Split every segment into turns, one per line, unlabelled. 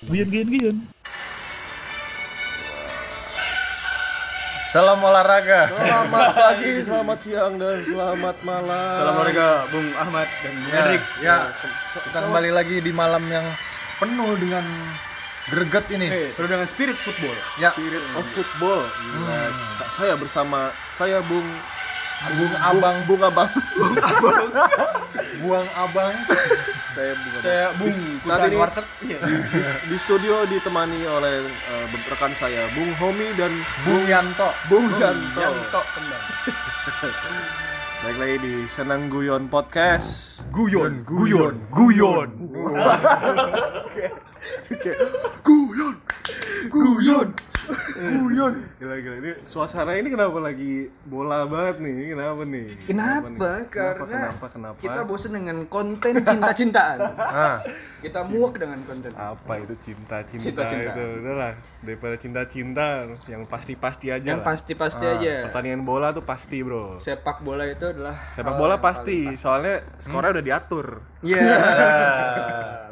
Gion, gion, gion.
Salam olahraga.
Selamat pagi, selamat siang, dan selamat malam.
Salam olahraga Bung Ahmad dan Bung
Ya,
Hendrik.
ya, kita kembali lagi di malam yang penuh dengan greget ini.
Eh, penuh dengan spirit football.
Ya,
Spirit of football. Gila. Sa- Saya bersama saya Bung
Bung Abang,
Bung Abang.
Buang Abang.
saya Bung Abang.
Saya Bung
saat
Kusan
ini-
Warteg. Iya.
Di, di studio ditemani oleh eh, rekan saya Bung Homi dan
Bung Yanto.
Bung Yanto.
Yanto kembang.
Baik lagi di Senang Guyon Podcast.
Guyon, guyon, guyon.
Oke. Guyon. Guyon. Guyon. Gila gila ini suasana ini kenapa lagi bola banget nih? Ini Kenapa nih?
Kenapa?
nih?
Karena
kenapa kenapa? Ah.
Kita bosen dengan konten cinta-cintaan.
Nah,
Kita muak dengan konten.
Ah,
apa itu cinta-cinta,
Cinta-cinta.
itu udahlah daripada cinta-cinta yang pasti-pasti
iya
aja
Yang
lah.
pasti-pasti aja.
pertandingan bola tuh pasti bro
Sepak bola itu adalah
sepak
hal
bola
Oh, yang Hmm.
pasti soalnya skornya udah diatur
paling- Iya.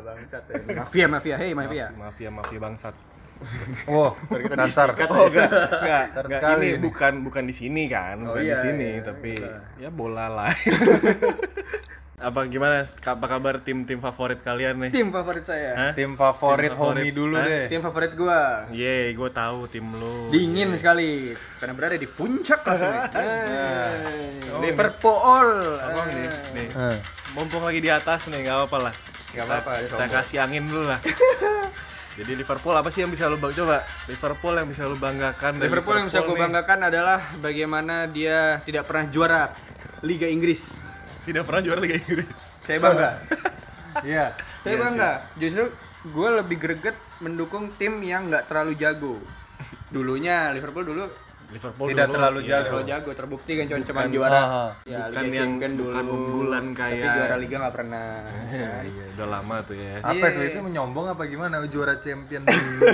Bangsat ya. Mafia, mafia. Hey, mafia.
mafia mafia bangsat
wow, kasar.
Oh, enggak, enggak,
Kasar
enggak.
sekali
Ini
ini.
bukan bukan di sini kan, bukan
iya,
di sini,
iya,
tapi
iya.
ya bola lah. Apa gimana? Apa kabar tim-tim favorit kalian nih?
Tim favorit saya.
Hah?
Tim favorit
Tim favorit.
Homie Eh. dulu
Hah?
deh.
Tim favorit gua.
Yeay, gue tahu tim lu.
Dingin sekali karena berada di puncak langsung. Nah, Liverpool. Eh.
Ngomong Oh, nih, nih.
Eh,
Mumpung lagi di atas nih, nggak apa-apa lah.
Nggak apa-apa,
Kita- Kita
sombong.
kasih angin dulu lah. Jadi Liverpool apa sih yang bisa lu bang coba? Liverpool yang bisa lu banggakan. dari
Liverpool yang bisa gue
nih.
banggakan adalah bagaimana dia tidak pernah juara Liga Inggris.
Tidak pernah juara Liga Inggris.
Saya
Oh.
bangga.
Iya.
Saya bangga. Justru gue lebih greget mendukung tim yang nggak terlalu jago. Dulunya Liverpool dulu
Liverpool
Tidak
dulu,
terlalu
iya.
nggak terlalu
jago.
jago terbukti kan cuma cuma juara.
Aha.
Ya,
Ah, Bukan
Liga
yang-
Champion
bukan unggulan
Tapi
kayak-
juara Liga nggak pernah.
Iya, iya, udah lama tuh ya.
Apa itu, itu menyombong apa gimana? Juara champion dulu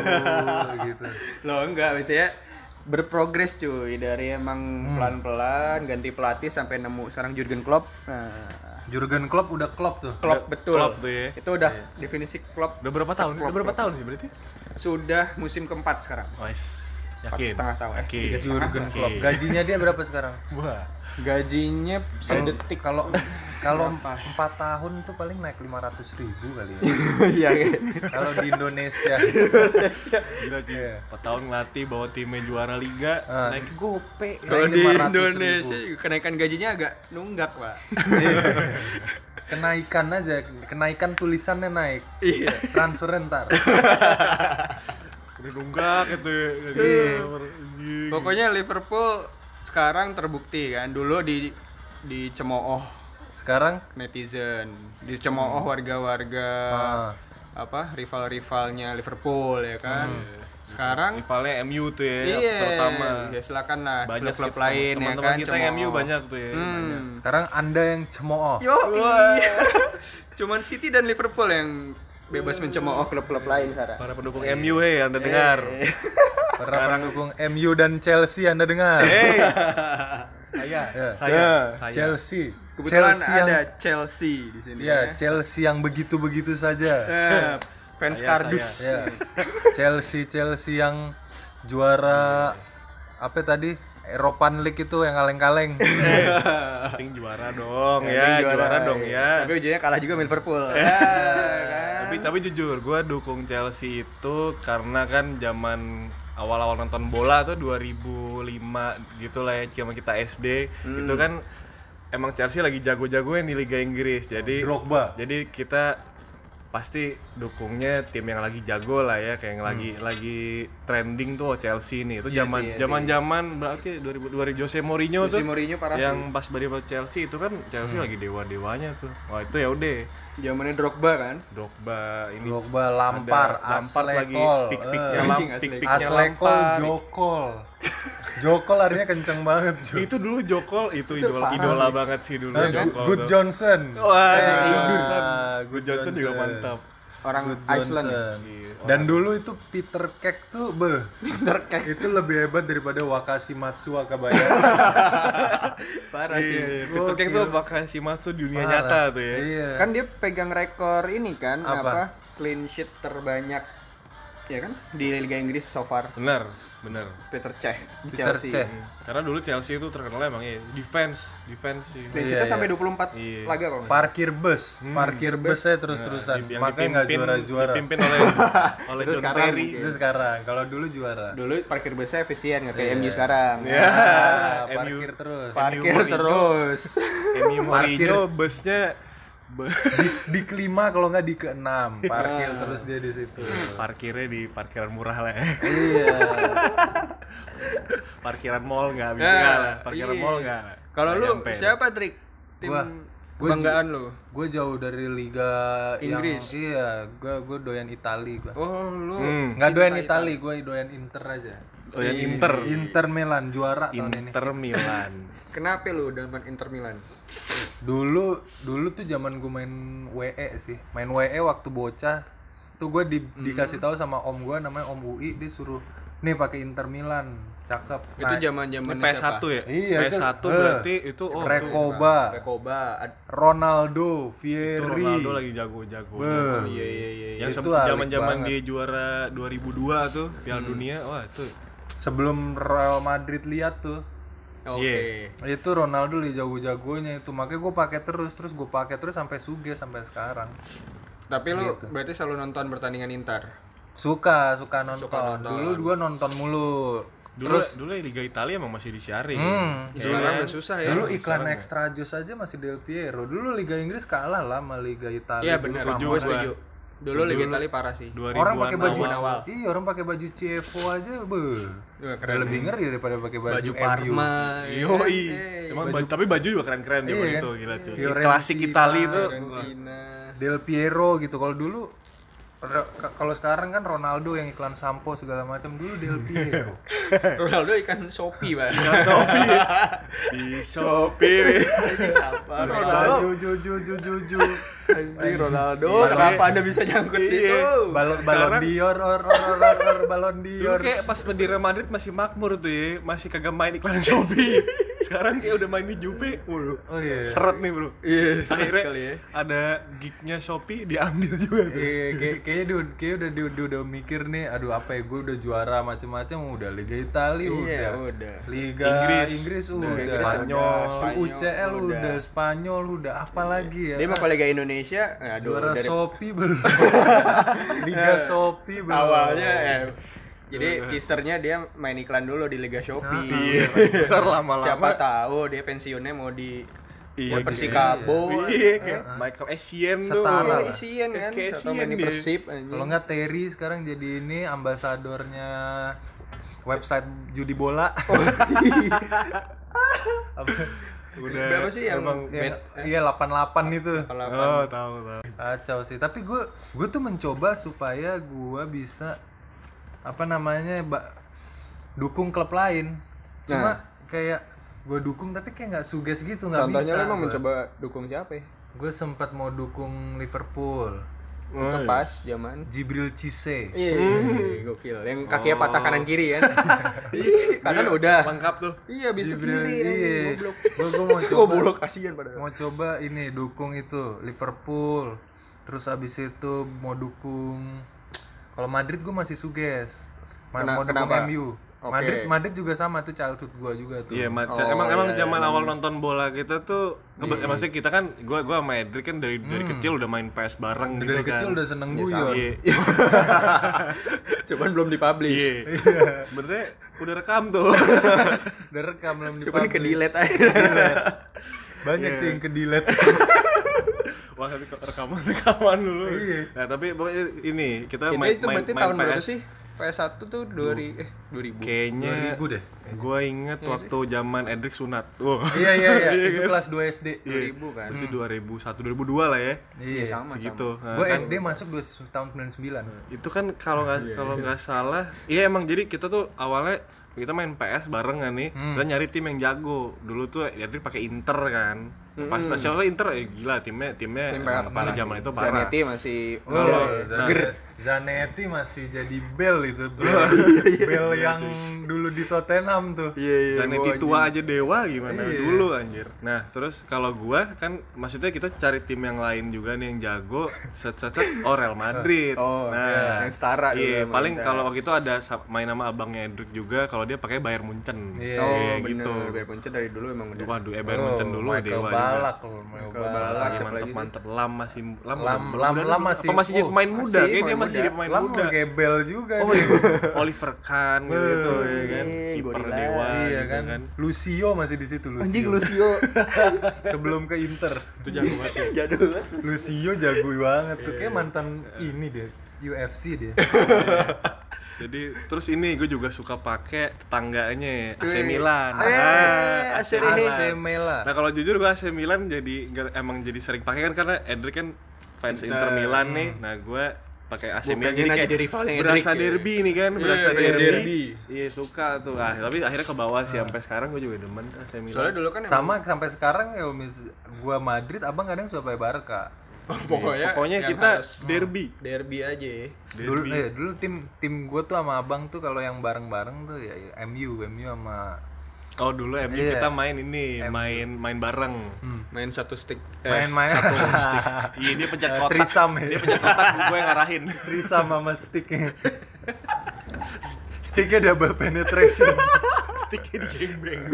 gitu.
Loh enggak gitu ya. Berprogres cuy dari emang pelan-pelan ganti pelatih sampai nemu sekarang Jurgen Klopp. Nah,
Jurgen Klopp udah Klopp tuh.
Klopp betul.
Klopp tuh ya.
Itu udah definisi Klopp
Udah berapa tahun? Udah berapa tahun sih berarti?
sudah musim keempat sekarang.
Wes.
Empat
Yakin.
setengah tahun.
Yakin.
Jurgen
Oke.
Klopp. Gajinya dia berapa sekarang?
Wah.
Gajinya
Sedetik kalau kalau 4 tahun tuh paling naik 500 ribu kali ya.
Iya. kayak-
kalau di Indonesia.
Gila sih.
Iya.
Empat tahun ngelatih bawa timnya juara liga,
Ah.
naik gope.
Kalau
Naik
di
500.000.
Indonesia kenaikan gajinya agak nunggak, Pak.
Kenaikan aja, kenaikan tulisannya naik.
iya.
Transfer ntar.
Udah nunggak gitu. ya.
Iya.
Anjing.
Pokoknya Liverpool sekarang terbukti kan. Dulu di dicemooh
Sekarang
netizen, dicemooh warga-warga
ah,
apa rival-rivalnya Liverpool ya kan. Sekarang
rivalnya MU tuh ya,
iya,
Hmm. terutama.
ya silakan lah
Banyak sih
klub-klub lain ya
teman-teman
kan.
kita yang MU
cemooh.
banyak tuh ya.
Hmm.
sekarang Anda yang cemooh.
Yo, iya. Cuman City dan Liverpool yang bebas mencemooh klub-klub lain sekarang.
Para pendukung MU hei
Eh.
Anda dengar.
Para pendukung MU dan Chelsea Anda dengar.
Hei,
Ya.
Eh,
saya, saya.
Chelsea.
Kebetulan
Chelsea
ada
yang
Chelsea di sini.
Iya.
ya, Chelsea yang begitu-begitu saja.
Eh, fans
Saya,
kardus.
Ya. Chelsea Chelsea yang juara apa tadi? Eropan League itu yang kaleng-kaleng.
Penting juara dong
Yang
ya,
penting iya.
juara, dong ya.
Tapi ujungnya kalah juga sama Liverpool. Ya, kan?
Tapi tapi jujur, gue dukung Chelsea itu karena kan zaman awal-awal nonton bola tuh 2005 gitu lah ya, zaman kita SD
Hmm.
itu kan emang Chelsea lagi jago-jagonya di Liga Inggris. Jadi
Drogba.
jadi kita pasti dukungnya tim yang lagi jago lah ya kayak yang lagi lagi trending tuh Chelsea nih itu
sih, Hmm. iya
zaman zaman zaman berarti 2000 2000 Jose Mourinho
Jose
tuh
Mourinho parah
yang pas beri Chelsea itu kan Chelsea lagi dewa dewanya tuh wah itu ya udah
Zamannya Drogba kan.
Drogba ini
Drogba Lampar,
ada Lampard lagi
Aslekol.
pik-piknya
Eh,
Lam-
anjing, Aslekol.
pik-piknya
Aslekol,
Lampard.
Jokol. Jokol artinya kenceng banget, Jo.
itu dulu Jokol itu,
Itu parah
idola, idola banget sih dulu
Eh,
Jokol
Good
tuh.
Johnson.
wah
Eh,
Good
Good
Johnson.
Ah,
Good Johnson juga mantap
Orang
Good
Iceland.
Johnson.
Iya.
Dan dulu itu Peter Cech tuh beh. Peter Cech itu lebih hebat daripada Wakashi Matsu Akabayashi.
Parah sih.
Iya, Peter Cech tuh bahkan si Mas tuh dunia nyata tuh ya
Iya.
Kan dia pegang rekor ini kan apa?
Apa?
clean sheet terbanyak
ya kan di Liga Inggris so far
Bener, bener.
Peter Cech di
Peter
Chelsea.
Cech.
Karena dulu Chelsea itu terkenal emang ya defense, defense sih.
Clean
Iya,
sheet-nya
iya.
sampai 24
Iya.
laga kalau nggak salah.
Parkir bus,
Hmm,
parkir bus saya terus-terusan. Makanya
Yang
nggak
Nah, dipimpin-
juara-juara.
Dipimpin oleh oleh
Terus
John
sekarang
Terry.
mungkin.
Itu sekarang. Kalau dulu juara.
Dulu parkir busnya efisien nggak kayak
Iya.
MU sekarang. Nah,
Ah,
MU.
parkir terus.
Parkir
Mourinho.
terus.
Emi Mourinho busnya be-
Di, di kelima kalau nggak di keenam. Parkir terus dia di situ.
parkirnya di parkiran murah lah ya.
iya.
Parkiran mall nggak bisa
Ya,
nggak lah. Parkiran
iya.
mall nggak. lah.
Kalau
Nggak
lu
nyampe.
siapa Trik? Tim
Gua- gua
kebanggaan lu.
Gue jauh dari liga
Inggris.
Yang, iya, gue gue doyan Itali gue.
Oh, lu
Hmm.
Nggak doyan Itali, gue doyan Inter aja.
Oh, yang Inter.
Inter Milan juara tahun ini.
Inter Milan.
kenapa lu dengan Inter Milan?
Dulu dulu tuh zaman gue main WE sih. Main WE waktu bocah tuh gue di, dikasih tahu sama om gue namanya Om UI dia suruh nih pakai Inter Milan. Cakep.
Itu
Nah,
zaman-zaman
PS1 ya?
Iya, itu-
PS1
eh.
berarti itu oh itu
Rekoba,
Koba. ad-
Ronaldo, Vieri.
itu Ronaldo lagi jago-jago.
Beuh.
Iya iya iya.
Eh.
Yang
Itu
sempet
alik
zaman-zaman
banget. Hmm.
dia juara 2002 tuh Piala Dunia. Wah, itu
Sebelum Real Madrid lihat tuh
Oke.
Iya.
itu Ronaldo lagi jago-jagonya itu makanya gue pakai terus terus gue pakai terus sampai suge sampai sekarang
Tapi lu
Gitu.
berarti selalu nonton pertandingan Inter.
suka suka nonton, dulu gue nonton mulu
Dulu, dulu Liga Italia emang masih disiarin.
Hmm.
Ya kan?
Sekarang udah susah ya.
dulu iklan extra jus aja masih Del Piero dulu Liga Inggris kalah lah sama Liga Italia
Iya
Dulu
benar.
sama-
Gue setuju. Dulu Liga Italia parah sih.
2000-an
orang pakai baju
awal.
iya orang pakai baju Cievo aja be
Wah,
lebih ngeri daripada pakai baju,
Iya, ya. Baju
MU.
Parma.
Eh,
Yoi.
Eh,
Emang baju, tapi baju juga keren-keren zaman
Iya,
itu
kan?
gila cuy.
Fiorentina.
Klasik Itali itu.
Fiorentina.
Del Piero gitu kalau dulu Ro- ka- kalau sekarang kan Ronaldo yang iklan sampo segala macam dulu Del Piero
Ronaldo ikan Shopee, Pak.
Iya.
Ikan kan Shopee. Di Shopee.
Siapa?
Baju juju juju juju
Anjir Ronaldo. Kenapa Anda bisa nyangkut
Iya.
situ?
balon balon dior or or or or, or balon
Dulu
dior
kayak pas pendiri Madrid masih makmur tuh ya, masih kagak main iklan Shopee. Sekarang kayak udah main di Juve, waduh.
oh iya
Seret nih bro.
Iya,
Akhirnya ada gignya Shopee diambil juga. tuh.
Iya, kayak- kayaknya dia, kayaknya udah dia, dia udah mikir nih, aduh apa ya gue udah juara macem-macem, udah Liga Italia
Iya,
udah,
udah.
Liga
Inggris,
Inggris, udah,
Inggris,
Spanyol,
Spanyol,
UCL udah.
udah. Iya.
Spanyol udah, apa lagi ya?
Dia mah kalau Liga Indonesia, aduh
juara
dari Iya.
Shopee belum, Liga Shopee belum.
awalnya eh jadi teasernya dia main iklan dulu di Liga Shopee.
Iya,
Ntar lama-lama.
Siapa tahu dia pensiunnya mau di
Iya,
buat Persikabo.
Iya, kayak Michael Essien tuh.
Setara lah.
Isian kan, atau
Kayak Essien
main di
dia.
Persib anjing.
Kalau nggak Terry sekarang jadi ini ambasadornya website judi bola.
Oh, iya.
Udah.
Berapa sih yang
emang-
Ya, Iya 88 itu.
kalau
Oh, tahu tahu.
Kacau sih. Tapi gue gue tuh mencoba supaya gue bisa apa namanya ba- dukung klub lain.
Nah.
Cuma kayak gue dukung tapi kayak nggak suges gitu nggak
contohnya
bisa.
lu emang mencoba dukung siapa ya?
Gue sempat mau dukung Liverpool. Oh,
Itu
iya.
pas zaman
Jibril Cisse.
Iya, gokil. Yang kakinya patah kanan kiri kan. Ih, kanan udah.
Lengkap tuh.
Iya, bis itu
Jibril
kiri.
iya.
anjing, Goblok.
Gue gue mau coba.
Goblok kasihan padahal.
mau coba ini dukung itu Liverpool terus abis itu mau dukung kalau Madrid gue masih suges Ma-
Kena-
mau dukung
kenapa?
MU
Oke.
Madrid Madrid juga sama tuh childhood gue juga tuh
Iya, Mat. emang emang zaman awal nonton bola kita tuh kebe- maksudnya kita kan gua gua sama Edric kan dari dari kecil udah main PS bareng
dari
gitu
kecil
kan.
udah seneng guyon
Iya.
Cuman belum dipublish.
Iya. Sebenarnya udah rekam tuh.
udah rekam belum
Cuman ke
dipublish.
delete aja.
banyak
Iya.
sih yang kedelete
Wah, tapi kok rekaman-rekaman dulu.
Iya.
Nah, tapi pokoknya ini kita
Jadi Iya,
main
itu
main,
berarti
main
tahun
PS.
berapa sih? PS1 tuh 2000 eh 2000.
Kayaknya
2000 deh.
Gua inget
Iya.
waktu zaman Edric sunat. Wah.
iya iya iya itu kelas 2 SD
Iya.
2000 kan.
Berarti 2001 2002 lah ya.
Iya,
iya
sama. sama. Iya.
Segitu. Nah,
gue
kan-
SD masuk dua tahun 99
itu kan kalau nggak kalau nggak salah iya emang jadi kita tuh awalnya kita main PS bareng kan nih dan nyari tim yang jago dulu tuh Edric pakai Inter kan Pas pas siapa Inter ya gila timnya timnya
Hmm. Tim Iya, parah
emang pada zaman itu parah.
Zanetti masih
Oh,
muda
loh,
ya.
Zan- Zanetti masih jadi bel itu bel, bel yang dulu di Tottenham tuh
Iya, iya, gua-
Zanetti tua aja dewa gimana
Iya.
dulu anjir. Nah, terus kalau gua kan maksudnya kita cari tim yang lain juga nih yang jago set set, set. oh Real Madrid.
Oh, iya,
nah,
yang setara dulu
Iya,
sama
paling
kita.
kalau waktu itu ada sa- main nama abangnya Edric juga kalau dia pakai Bayern Munchen.
Iya.
Oh,
Iya,
bener.
gitu.
Bayar pencet dari dulu emang udah.
Waduh, eh Bayern Munchen dulu
Oh, Michael
dewa juga.
Balak loh Michael
Michael
Balak.
Balak,
Iya,
siapa
mantep
lagi sih?
mantep lam masih lam
Lam-
udah-
lam-
udah-
lam
apa
masih-
masih jadi
oh,
pemain muda
masih
kayaknya dia
pemain
masih
muda.
jadi pemain
Lam
muda
kayak bel juga
oh
dia.
iya. Oliver Kahn gitu ya kan
Iya,
kiper
gorila.
dewa
iya
gitu
kan?
kan
Lucio masih di situ Lucio.
Anjing Lucio.
Sebelum ke Inter.
itu jago Iya. banget ya.
Jadul banget.
Lucio jago banget tuh kayak mantan ini dia UFC dia.
jadi terus ini gue juga suka pakai tetangganya AC
Wih.
Milan
Eh,
Ah,
AC
AC
Milan.
Mela.
nah kalau jujur gue AC Milan jadi nggak- emang jadi sering pakai kan karena Edric kan fans Inter Milan nih nah gue pakai AC
Gua
Milan
pengen
jadi kayak
jadi rivalnya Edric
berasa
ya.
derby nih kan berasa
iya,
derby.
derby.
iya suka tuh ah, tapi akhirnya ke bawah sih sampai sekarang gue juga demen tuh AC Milan
Soalnya dulu kan emang-
Sama sampai sekarang ya mis- gua Madrid abang kadang suka pakai Barca.
pokoknya,
Iya, pokoknya
yang
kita
harus-
derby
Derby aja. ya.
Dulu eh, dulu tim tim gua tuh sama abang tuh kalau yang bareng-bareng tuh ya, ya MU, MU sama
Oh dulu MU
Iya.
kita main ini, main main bareng.
main satu stick eh,
main-main
Iya dia pencet
Eh,
kotak.
Trisam ya.
Dia pencet kotak gue yang ngarahin.
Trisam sama sticknya. Sticknya double penetration.
Stiknya di gembeng.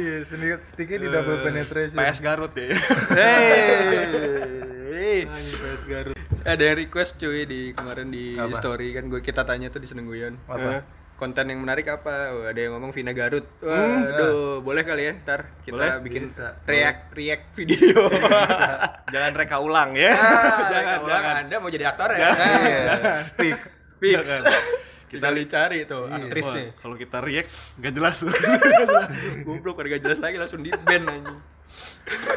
iya, sendiri sticknya di double
Eh,
penetration.
PS Garut ya.
Hey.
Anjing, PS Garut.
ada yang request cuy di kemarin di
Apa?
story kan gue kita tanya tuh di Senengguyon
Apa?
konten yang menarik apa Wah, ada yang ngomong Vina Garut waduh boleh kali ya ntar kita
Boleh,
bikin react react video
jangan reka ulang ya.
Ah,
jangan
kalau
jangan.
anda mau jadi aktor ya
Iya, fix.
fix kita dicari tuh
Wah,
aktrisnya
kalau kita react gak jelas tuh.
goblok udah gak jelas lagi langsung di ban anjing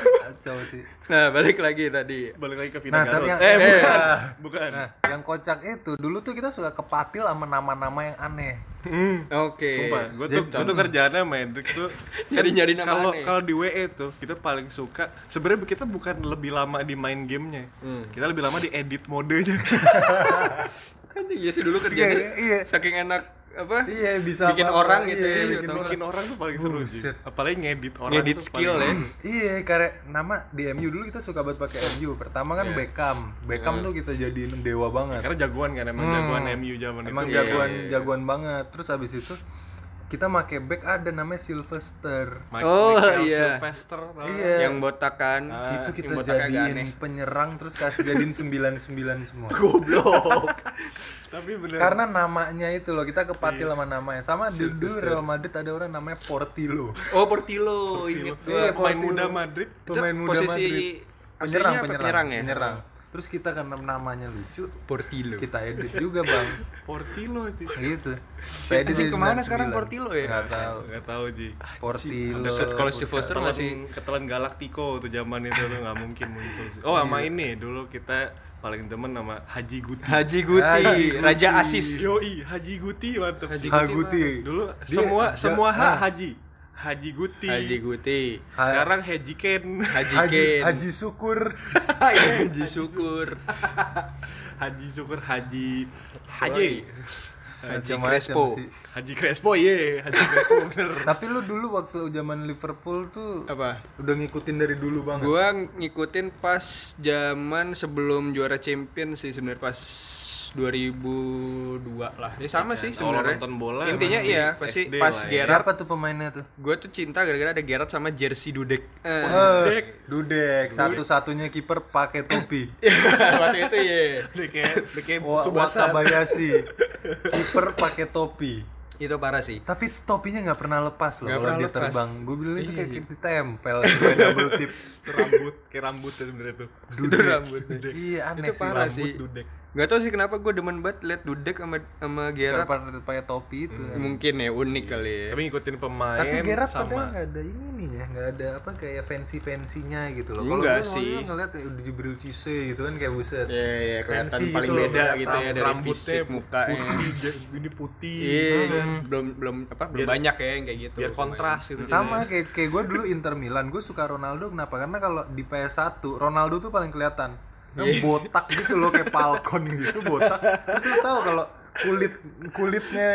Kacau sih.
nah balik lagi tadi
Balik lagi ke Vina
Nah, tapi
Garut.
yang
eh, bukan.
Nah,
bukan.
Nah, yang kocak itu dulu tuh kita suka kepatil sama nama-nama yang aneh.
Hmm.
oke
Sumpah, gue tuh, gua tuh kerjaannya sama Hendrik tuh
Iya.
kan
Nyari-nyari nama
kalau
aneh.
kalau di WE tuh kita paling suka sebenarnya kita bukan lebih lama di main gamenya kita lebih lama di edit modenya
Anjing, iya sih dulu kerjanya
Iya, iya.
saking enak apa
Iya, bisa
bikin
apa-apa.
orang gitu
Iya,
ya
bikin
utama.
bikin orang tuh paling seru sih
Buset.
apalagi ngedit orang
ngedit
tuh
skill ya
paling-
Iya, karena nama di MU dulu kita suka banget pakai MU. Pertama
Iya.
kan Beckham. Beckham tuh kita jadiin dewa banget.
karena jagoan kan emang jagoan MU zaman
Emang
iya,
itu
jagoan jagoan banget. Terus abis itu kita make back ada namanya Sylvester.
Mike-
Oh,
Michael
iya.
Sylvester tau.
Iya. Ah.
yang botak kan
itu kita
yang botak agak aneh.
jadiin penyerang terus kasih jadiin 99 semua.
tapi bener
Karena namanya itu loh, kita kepatil
Iya.
sama namanya. Sama dulu Real Madrid ada orang namanya Portillo.
oh Portillo inget gue
Iya,
pemain
Portillo.
muda Madrid
Pemain muda
posisi
Madrid.
aslinya
Penyerang,
apa
penyerang,
penyerang ya?
penyerang. Terus kita karena namanya lucu,
Portillo
kita edit juga, Bang.
Portillo itu
gitu. Saya edit
anjing
jadi
kemana
99.
sekarang Portillo ya
Nggak tahu.
nggak tahu Ji
Portillo.
kalau si Foster
ketelan,
masih
ketelan Galactico tuh zaman itu tuh nggak mungkin muncul oh sama ini dulu kita paling demen sama Haji Guti
Haji Guti,
Haji
Raja
Guti.
Asis.
Yoi, Haji Guti mantep
Haji
Haguti.
dulu
Dia-
semua
dia-
semua H
nah.
Haji Haji Guti
Haji Guti
Ha-
sekarang Haji Ken
Haji
Haji,
Ken
Haji Syukur.
Haji Syukur
Haji Syukur Haji
Yoi.
Haji
Haji
Macam-macam
Crespo
sih.
Haji Crespo ye Haji Crespo bener
Tapi lu dulu waktu zaman Liverpool tuh
apa
udah ngikutin dari dulu banget.
gua ngikutin pas zaman sebelum juara champion sih sebenarnya pas 2002 lah ya sama sih
Kalau
sebenarnya
nonton bola
intinya
emang
iya
di
pasti
SD
pas
lah ya.
Gerard
Siapa tuh pemainnya tuh?
gue tuh cinta gara-gara ada Gerard sama jersey Dudek Eh,
Dudek. Dudek, satu-satunya kiper pakai topi.
Iya, waktu itu ya
Dia kayak dia kayak
Wa-
Subasa
Wakabayashi. kiper pakai topi.
itu parah sih
Tapi topinya nggak pernah lepas loh
Nggak
kalau
pernah
dia
lepas. Iya.
terbang. Gue bilang itu kayak ditempel juga double tip.
Itu rambut kayak rambut tuh sebenarnya tuh
Dudek.
rambut.
Iya aneh
Itu
sih.
parah
rambut.
sih.
dudek
Gak tau sih kenapa gue demen banget liat Dudek sama sama Gerard.
Gerard pakai topi itu.
Mungkin ya unik kali ya.
Tapi ngikutin pemain
Tapi Gerard padahal
sama
nggak ada ini nih ya, nggak ada apa kayak fancy fansinya gitu loh.
Enggak
gua-
sih.
gua ngeliat ya udah Jibril Cisse gitu kan kayak buset.
Iya iya kelihatan
Fancy
paling
gitu loh,
beda
kelihatan
gitu ya dari fisik mukanya.
putih, jas- ini putih.
Iya, belum belum apa belum banyak ya yang kayak gitu.
Biar kontras gitu.
Sama kayak kayak gue dulu Inter Milan, gue suka Ronaldo kenapa? Karena kalau di PS1 Ronaldo tuh paling kelihatan.
Iya.
Yang botak gitu loh kayak Falcon gitu botak. Terus lu tahu kalau kulit kulitnya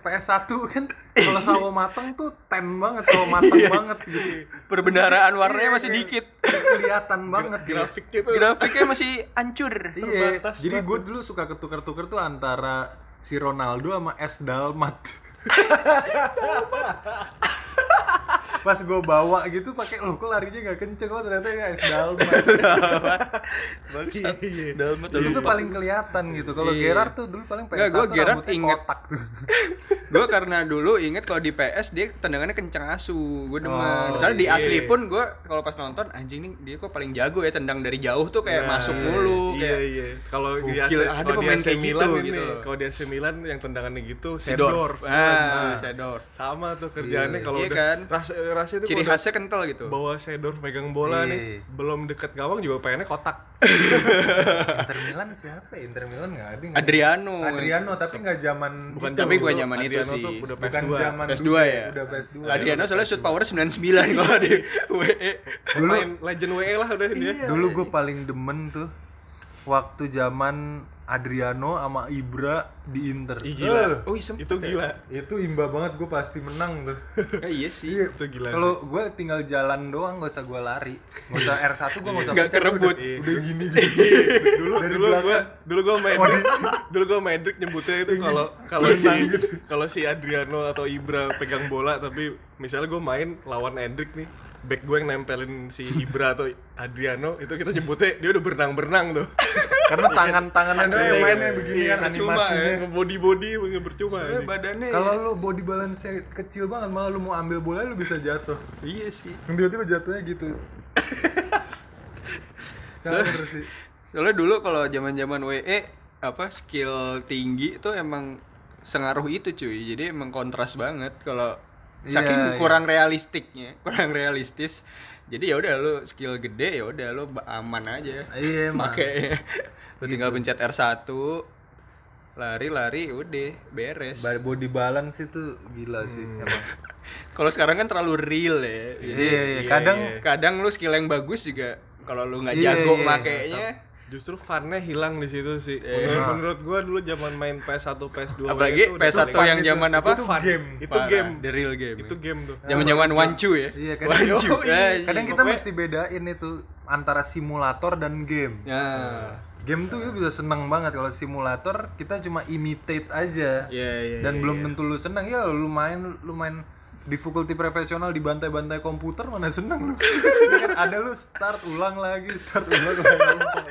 PS1 kan kalau sawo mateng tuh ten banget, sawo mateng banget gitu. Iya,
Perbendaharaan Iya. warnanya masih dikit.
Kelihatan banget gitu.
Grafiknya tuh
Grafiknya masih hancur.
Iya, jadi gue dulu suka ketukar-tukar tuh antara si Ronaldo sama S Dalmat. Pas gue bawa gitu pakai lo kok larinya nggak kenceng kok ternyata ya S Dalmat.
bangsat.
Dalam
itu tuh paling kelihatan gitu. Kalau
Iya.
Gerard tuh dulu paling
Nggak,
PS1
gua Gerard
rambutnya
inget.
kotak tuh.
gue karena dulu inget kalau di PS dia tendangannya kencang asu gue demen
Oh,
soalnya di
iya.
asli pun gue kalau pas nonton anjing nih dia kok paling jago ya tendang dari jauh tuh kayak masuk mulu
Iya,
kayak
iya. Kalau di AC,
Gokil, ada
kalau di
pemain
AC
kayak gitu,
Milan ini,
gitu.
kalau di AC Milan yang tendangannya gitu,
Sedorf.
Sedorf.
ah sedor
Sama tuh kerjaannya kalau
Iya
udah
kan?
ras ras itu
ciri
kalau udah
khasnya kental gitu
bawa Sedorf megang bola
Iya.
nih, belum deket gawang juga pengennya kotak.
Inter Milan siapa? ya? Inter Milan nggak ada. nggak ada.
Adriano
Adriano gitu. tapi nggak zaman
Bukan
Tapi
zaman
gua
dulu,
zaman itu
Adriano
sih.
tuh udah
bukan
PS2.
zaman
PS2 ya
Udah PS2.
Adriano soalnya shoot power 99 kalau di E. WE
Dulu legend
E
WE lah udah dia.
Dulu gue paling demen tuh waktu zaman Adriano sama Ibra di Inter.
Ih, gila.
oh iya sempet
Itu gila.
Eh, Itu imba banget gue pasti menang tuh.
ya, iya sih
Iya,
Itu gila.
Kalau gue tinggal jalan doang gak usah gue lari. Gak usah R1 gue gak usah
nggak
pencet,
kerebut
Udah, udah gini gini.
dulu
Dari
dulu
belakang.
gua dulu gua main
Oh, di-
dulu gua main Drik nyebutnya itu kalau kalau si
gitu.
kalau si Adriano atau Ibra pegang bola tapi misalnya gua main lawan Hendrik nih back gue yang nempelin si Ibra atau Adriano itu kita nyebutnya dia udah berenang-berenang tuh
Karena tangan-tangannya doang yang mainnya begini
Iya,
kan
Percuma,
animasinya.
eh.
ya, body-body nggak bercuma
Soalnya
anjing.
badannya
Kalau lu body balance kecil banget malah lu mau ambil bola lu bisa jatuh.
iya sih
Yang tiba-tiba jatuhnya gitu. Kalau bener sih.
Soalnya dulu kalau zaman-zaman WE apa skill tinggi itu emang sengaruh itu cuy. Jadi emang kontras banget kalau
Iya,
saking
iya.
kurang realistiknya, kurang realistis. Jadi ya udah lu skill gede ya udah lu ba- aman aja.
Iya, emang.
Makanya lu
Gitu.
tinggal pencet R1 lari-lari udah beres.
Ba- Body balance itu gila sih emang.
Kalau sekarang kan terlalu real ya. Jadi
Hmm. Iya, iya, kadang
kadang lu skill yang bagus juga kalau lu nggak
Iya,
jago
iya,
makainya
justru funnya hilang di situ sih menurut, menurut gua dulu zaman main PS1 PS2
apalagi
itu udah
PS1
fun
yang
itu.
zaman apa?
itu game itu
Parah,
game
the real game. ya.
itu game kan? tuh
Zaman-zaman wancu ya.
Iya, kadang-
wancu.
Yoi.
Ya,
kan?
Kadang kita mesti bedain itu antara simulator dan game.
Ya.
Game tuh itu bisa seneng banget kalau simulator kita cuma imitate aja.
Iya, iya.
dan belum tentu lu seneng ya lu main lu main di faculty profesional di bantai-bantai komputer mana seneng lu Ya kan ada lu start ulang lagi start ulang lagi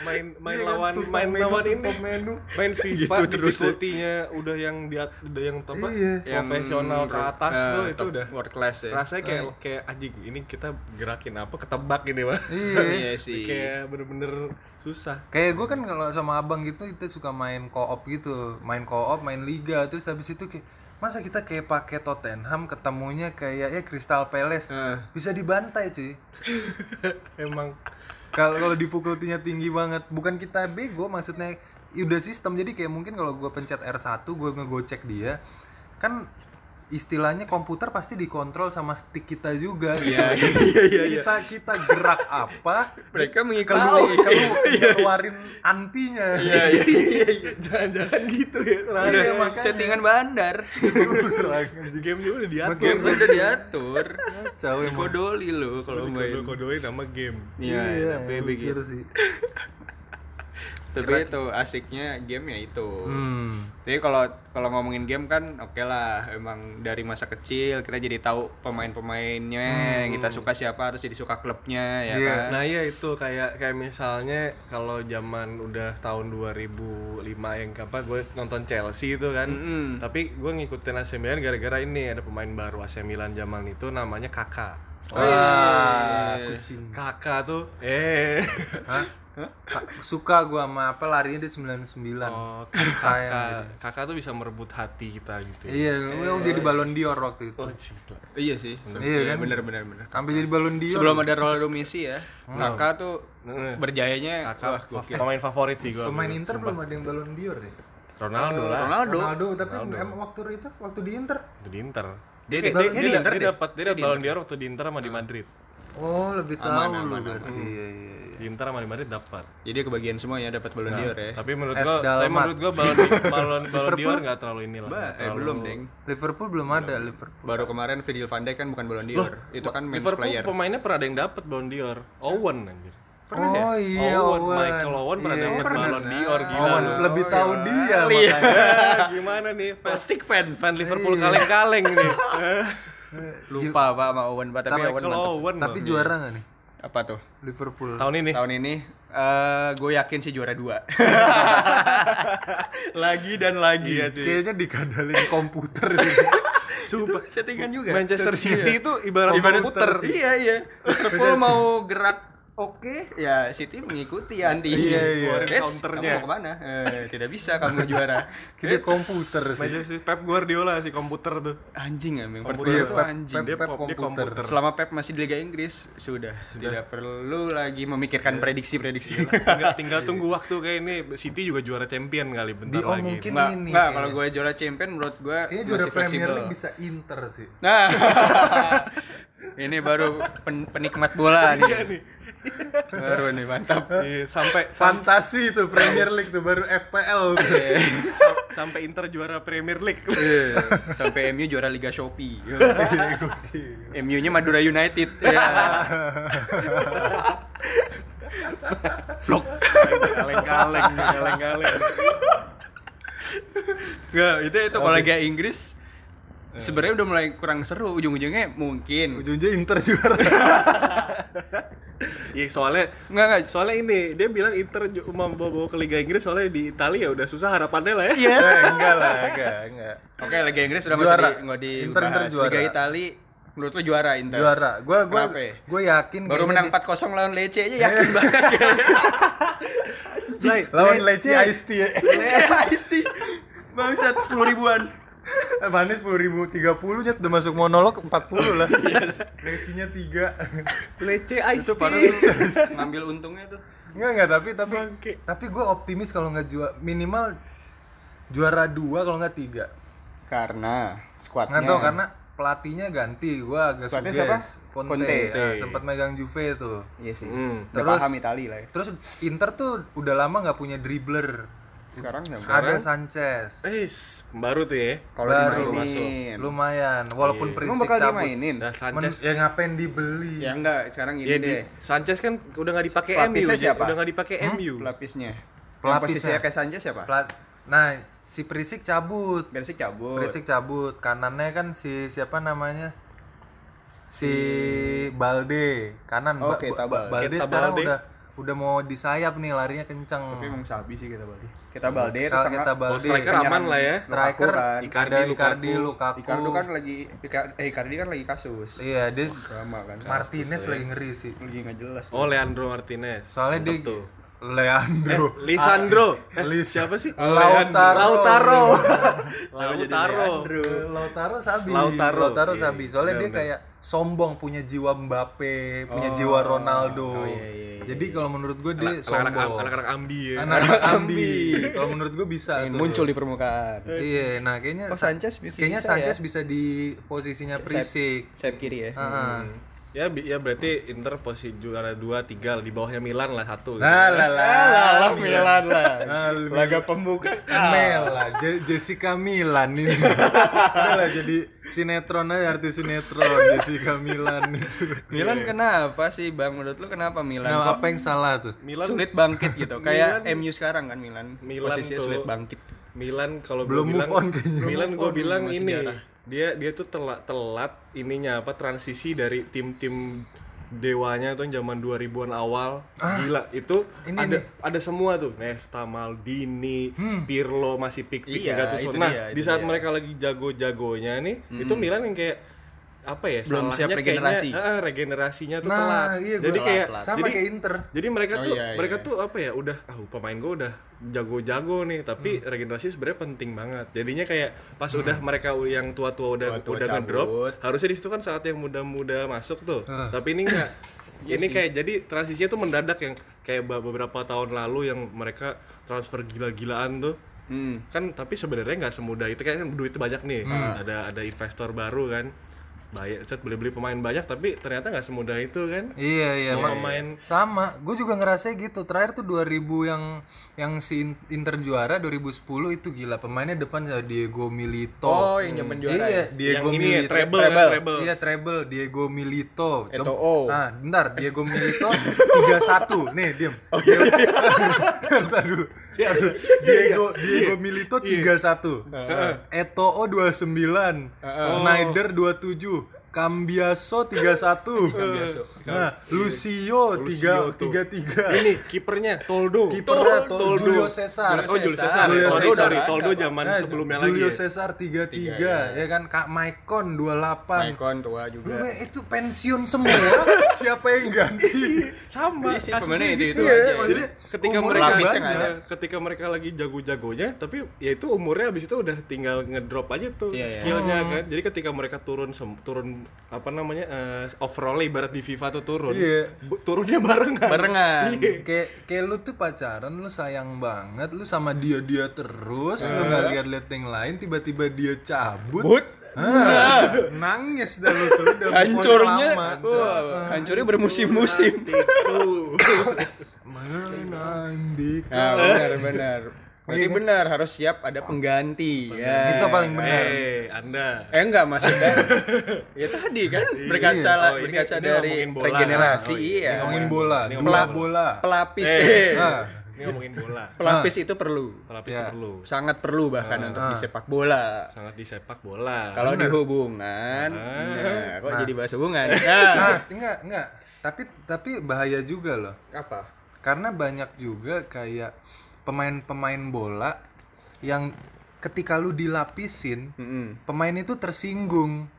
main main
Iya kan,
lawan
tutup
main
menu,
lawan ini
tutup menu.
main FIFA
Gitu terus ya.
difficulty-nya udah yang di at- udah yang apa
Iya.
profesional ke atas
eh,
tuh itu
top
udah
world class ya.
rasanya kayak kayak anjing ini kita gerakin apa ketebak ini mah
iya
Iya sih.
kayak bener-bener susah
kayak gue kan kalau sama abang gitu kita suka main co-op gitu main co-op main liga terus habis itu kayak masa kita kayak pakai Tottenham ketemunya kayak ya Crystal Palace
Eh.
bisa dibantai cuy
emang
kalau kalau difficulty-nya tinggi banget bukan kita bego maksudnya ya udah sistem jadi kayak mungkin kalau gue pencet R1 gue ngegocek dia kan istilahnya komputer pasti dikontrol sama stick kita juga Gitu. kita kita gerak apa
Mereka mengikuti
kalau keluarin antinya
Iya, iya, iya, iya.
jangan-jangan gitu ya
Udah,
Iya, makanya.
settingan bandar.
game juga udah diatur
Game udah diatur.
Jauh emang
Kodoli lo kalau
Udah
main.
kodoin sama game
Iya, tapi
lucu
begitu.
sih
Tapi itu asiknya game ya itu.
hmm.
Jadi kalau kalau ngomongin game kan oke lah emang dari masa kecil kita jadi tahu pemain-pemainnya yang kita suka siapa harus jadi suka klubnya ya
Iya.
kan.
Nah iya itu kayak kayak misalnya kalau zaman udah tahun 2005 yang apa gue nonton Chelsea itu kan.
Mm-mm.
Tapi gue ngikutin AC Milan gara-gara ini ada pemain baru AC Milan zaman itu
iya,
namanya Kakak.
Ah, Oh, iya.
Kakak tuh eh
Ka- suka gua sama apa larinya di 99
Oh, kan
Sayang
kakak, kakak tuh bisa merebut hati kita gitu.
iya lu udah di Ballon d'Or waktu itu
Oh, gila.
Iya sih.
Iya kan?
benar benar benar.
sampai jadi Ballon d'Or
Sebelum ada Ronaldo Messi ya, Kakak tuh
Heeh.
berjayanya wah
Kakak pemain favorit sih gua.
pemain Inter belum ada yang Ballon d'Or ya
Ronaldo lah.
Oh, Ronaldo.
Ronaldo tapi em- waktu itu waktu di Inter
Itu Di Inter.
Dia
Dia,
di-
dia,
dia
dia,
di Inter
dia
deh.
dapat dia dapat Ballon d'Or waktu di Inter sama di Madrid.
oh lebih tahu lu berarti iya iya iya.
Di Inter sama di Madrid dapat.
Jadi kebagian semua ya dapat Ballon d'Or ya.
Tapi menurut
Es
gua, tapi
Dalmat.
menurut gua Ballon Ballon Ballon d'Or enggak terlalu inilah.
Ba-
nggak
eh
terlalu-
belum, Deng.
Liverpool belum ada Liverpool
Baru kemarin Virgil van Dijk kan bukan Ballon d'Or. Itu kan men's
Liverpool
player.
pemainnya pernah ada yang dapat Ballon d'Or. Owen anjir.
oh iya
Owen,
Owen.
Michael Owen Iya, pernah dapat Ballon d'Or gila.
Owen
lu.
lebih tahu dia makanya.
Ah, Gimana nih? Iya. Plastik fan fan Liverpool kaleng-kaleng nih.
Lupa Pak sama Owen, Pak. Tapi Owen
Michael
mantap.
Owen.
tapi juara nggak nih
Apa tuh?
Liverpool
Tahun ini.
Tahun ini eh gue yakin sih juara dua. lagi dan lagi. Iya,
kayaknya dikadalin komputer sih
Sumpah.
settingan juga.
Manchester City itu ibarat
Ibarat
komputer.
Iya, iya. Liverpool mau gerak Oke, ya City mengikuti Andi.
Iya, iya.
Keluarin counternya. Kamu mau kemana? Eh, tidak bisa kamu juara.
dia komputer sih
Manchester Pep Guardiola sih komputer tuh.
anjing ya, memang
Iya,
itu
Pep-
anjing.
Pep- Pep komputer.
Selama Pep masih di Liga Inggris, sudah tidak perlu lagi
Iya.
memikirkan prediksi-prediksi.
Tinggal, tinggal tunggu waktu kayak ini City juga juara champion kali bentar
Di- oh,
lagi.
mungkin
Enggak,
ini.
enggak kalau gue juara champion menurut gue
Kayaknya juara
masih
Premier
fleksibel.
League bisa Inter sih.
Nah. ini baru pen- penikmat bola nih.
Iya
nih.
baru nih mantap.
Iya, sampai sam-
Fantasi itu Premier League tuh baru FPL.
sampai Inter juara Premier League.
Iya, Sampai MU juara Liga Shopee. MU-nya Madura United.
Iya.
Ya.
Kaleng-kaleng, nih, kaleng-kaleng.
Nggak, itu itu kalau Liga Inggris
Eh.
sebenarnya udah mulai kurang seru ujung-ujungnya mungkin.
Ujungnya Inter juara.
Iya, soalnya
Enggak enggak.
soalnya ini dia bilang Inter ju- mau bawa ke Liga Inggris soalnya di Italia ya udah susah harapannya lah ya.
Eh, enggak lah, enggak, enggak.
Oke, Liga Inggris udah nggak
Juara.
usah di nggak di
Inter- Inter
bahas.
juara.
Liga Itali menurut lu juara Inter.
Juara. Gua gua
Kenapa ya?
gua yakin
Baru
kayaknya
menang
di-
4-0 lawan Lecce aja yakin banget.
Blay,
Eh, lawan Leci Ice eh. Tea.
Isti. Bangsat 10 ribuan.
Manis 10.030 nyet udah masuk monolog 40 lah. Lecinya 3.
Lece
Itu
Ice
baru
Tea.
lu ngambil untungnya tuh.
Enggak enggak tapi tapi
Bangke.
tapi gue optimis kalau nggak juara minimal juara dua kalau nggak tiga.
Karena
Nggak
squadnya
tahu kan? karena pelatihnya ganti. Gue agak
Pelatihnya
suges.
Iya. siapa?
Conte,
Conte.
Ya, sempat megang Juve tuh.
Iya sih.
Hmm.
Udah
Terus-
paham Itali lah ya.
Terus Inter tuh udah lama nggak punya dribbler.
Sekarang nggak
Ada Sanchez.
Eis, Eh, baru tuh ya.
kalau
baru
dimainin.
Lumayan. Walaupun prinsip
Iya. Emang bakal
cabut.
dimainin?
Nah,
Men-
Iya. Sanchez
ya ngapain dibeli?
Ya enggak, sekarang
Iya,
ini
ya
deh.
di, Sanchez kan udah nggak dipakai MU,
Pelapisnya
jadi
siapa?
udah nggak dipakai MU.
Pelapisnya.
Pelapisnya.
Yang
ya?
posisinya kayak Sanchez siapa?
Plat- nah si Prisik cabut.
Bersik cabut.
Berisik cabut, kanannya kan si siapa namanya? Si Balde, kanan. Ba-
Oke,
ba-
Tabal.
Balde
Kita
sekarang
Balde.
udah udah mau di sayap nih, larinya kenceng.
Tapi emang sabi sih kita Balde. Kita Balde terus
Kalau
tengah.
kita
Kalau
Balde,
striker aman lah ya.
striker
Lukaku kan.
Icardi,
ada Icardi, Lukaku.
Icardo kan lagi Ica- eh Icardi kan lagi kasus.
Iya, dia
Drama kan.
Martinez lagi ngeri sih.
Lagi nggak jelas.
Oh, Leandro Martinez.
Soalnya dia
Betul.
Leandro.
Lisandro.
Ah,
Eh,
Lis-
siapa sih?
Lautaro.
Lautaro.
Leandro.
Lautaro.
Eh, Lautaro Sabi.
Lautaro. Iya,
Sabi. Soalnya
benar,
dia
benar.
kayak sombong punya jiwa Mbappe, punya jiwa Ronaldo.
Oh, iya, iya, iya.
Jadi kalau menurut gue dia
Anak-anak
sombong.
anak-anak ambi ya.
Anak-anak ambi. Kalau menurut gue bisa
Ingin
tuh.
muncul di permukaan.
Iya, nah kayaknya
Oh, Sanchez bisa-
kayaknya
bisa
Sanchez Ah.
ya?
bisa di posisinya Prisik.
Sayap kiri ya.
Hmm.
Heeh.
Ya, bi- ya berarti Inter posisi juara 2 3 di bawahnya Milan lah satu.
Nah, lah lah.
Iya.
Alah Milan lah.
Nah, lebih-
Laga pembuka.
Mel
Ah.
lah, Je- Jessica Milan ini. Udah lah jadi sinetron aja artis sinetron Jessica Milan itu.
Milan kenapa sih Bang menurut lu kenapa Milan?
Nah,
Kok
apa yang salah tuh?
Milan
sulit bangkit gitu kayak MU sekarang kan Milan.
Milan
posisinya
tuh-
sulit bangkit.
Milan kalau gua
Belum move
bilang
on kayaknya.
Milan
Belum
gue
move on,
bilang
masih
ini
diarah.
dia dia tuh telat telat ininya apa transisi dari tim-tim dewanya tuh yang zaman 2000-an awal gila itu
Ah. ini
ada
nih. Hmm.
ada semua tuh Nesta Maldini Pirlo masih pik pik
Iya,
Gattuso
itu
nah
dia,
di
itu
saat
dia.
mereka lagi jago jagonya nih itu Milan yang kayak apa ya
Belum
salahnya
siap regenerasi.
kayaknya, ah, regenerasinya tuh
Nah,
telat
iya, gua
jadi
telat,
kayak
telat. Sama
jadi,
kayak Inter.
jadi mereka
Oh,
tuh
iya, iya,
mereka
iya.
tuh apa ya udah ah pemain gue udah jago-jago nih tapi
Hmm.
regenerasi sebenarnya penting banget jadinya kayak pas udah mereka yang tua-tua udah
Tua-tua
udah
cabut.
ngedrop harusnya di situ kan saat yang muda-muda masuk tuh
Hmm.
Ah.
tapi ini enggak
Iya
ini kayak jadi transisinya tuh mendadak yang kayak be- beberapa tahun lalu yang mereka transfer gila-gilaan tuh
Hmm.
kan tapi sebenarnya nggak semudah itu kan duit banyak nih ada ada investor baru kan bayar cet beli beli pemain banyak tapi ternyata nggak semudah itu kan
Iya iya.
Mau
mak-
pemain
sama, gue juga ngerasa gitu. Terakhir tuh 2000 yang yang si In- Inter juara 2010 itu gila. Pemainnya depan ada Diego Milito.
Oh, yang zaman juara
Iya,
yang
Diego
ini ya,
Milito.
treble kan,
treble.
treble.
Iya treble Diego Milito. Coba-
Eto'o.
oh.
Nah, bentar Diego Milito 31. Nih, diem.
Oh, iya.
Bentar dulu. Diego Diego
Iya.
Milito 31. Eto'o 29. oh, Snyder 27. Cambiaso 31. Nah, Lucio 3 33.
ini kipernya Toldo
Kipernya
Tol-
Tol- Julio Cesar.
oh Julio Cesar
Julio
sorry
Cesar.
sorry Toldo Eh, zaman
Nah,
sebelumnya
Julio
lagi ya. iya.
Cesar 33 ya kan Kak Maicon 28
Maicon tua
Lu
juga.
me- itu pensiun semua. Siapa yang ganti?
sama
Iya sih,
kasusnya
pemainnya itu- itu
gitu.
aja.
Jadi ketika
umur
mereka
lapisnya
iya,
nggak ada.
ketika mereka lagi jago-jagonya tapi ya itu umurnya abis itu udah tinggal ngedrop aja tuh
Iya, iya.
skillnya kan jadi ketika mereka turun sem- turun apa namanya eh, overall ibarat di FIFA tuh turun
Iya.
Bu- turunnya barengan
Barengan.
Iya.
kayak kayak lu tuh pacaran lu sayang banget lu sama dia dia terus lu nggak lihat-lihat yang lain tiba-tiba dia cabut
But.
Ah.
Nah,
Hah, nangis dah lu tuh udah move on
Hancurnya,
lama.
wah, hancurnya bermusim-musim.
menang di
Nah, benar benar. Berarti benar harus siap ada pengganti. Ya.
itu paling benar
eh anda
Eh enggak maksudnya. ya tadi kan berkaca
Iya.
lah-
Oh, ini-
berkaca
ini
dari
ngomongin bola.
regenerasi
Oh, iya.
iya.
Eh, ngomongin bola
Ini
dua
ngomongin
bola
pelapis. ya.
Eh. Ah.
Nah,
ini ngomongin bola
Pelapis itu perlu.
pelapis
Ya.
tuh perlu
Sangat perlu bahkan
Ah.
untuk di sepak bola.
sangat di sepak bola
Kalau di hubungan, nah,
Ah.
kok jadi bahas hubungan? Nah,
nah enggak enggak tapi tapi bahaya juga loh
apa?
karena banyak juga kayak pemain-pemain bola yang ketika lu dilapisin
Mm-mm.
pemain itu tersinggung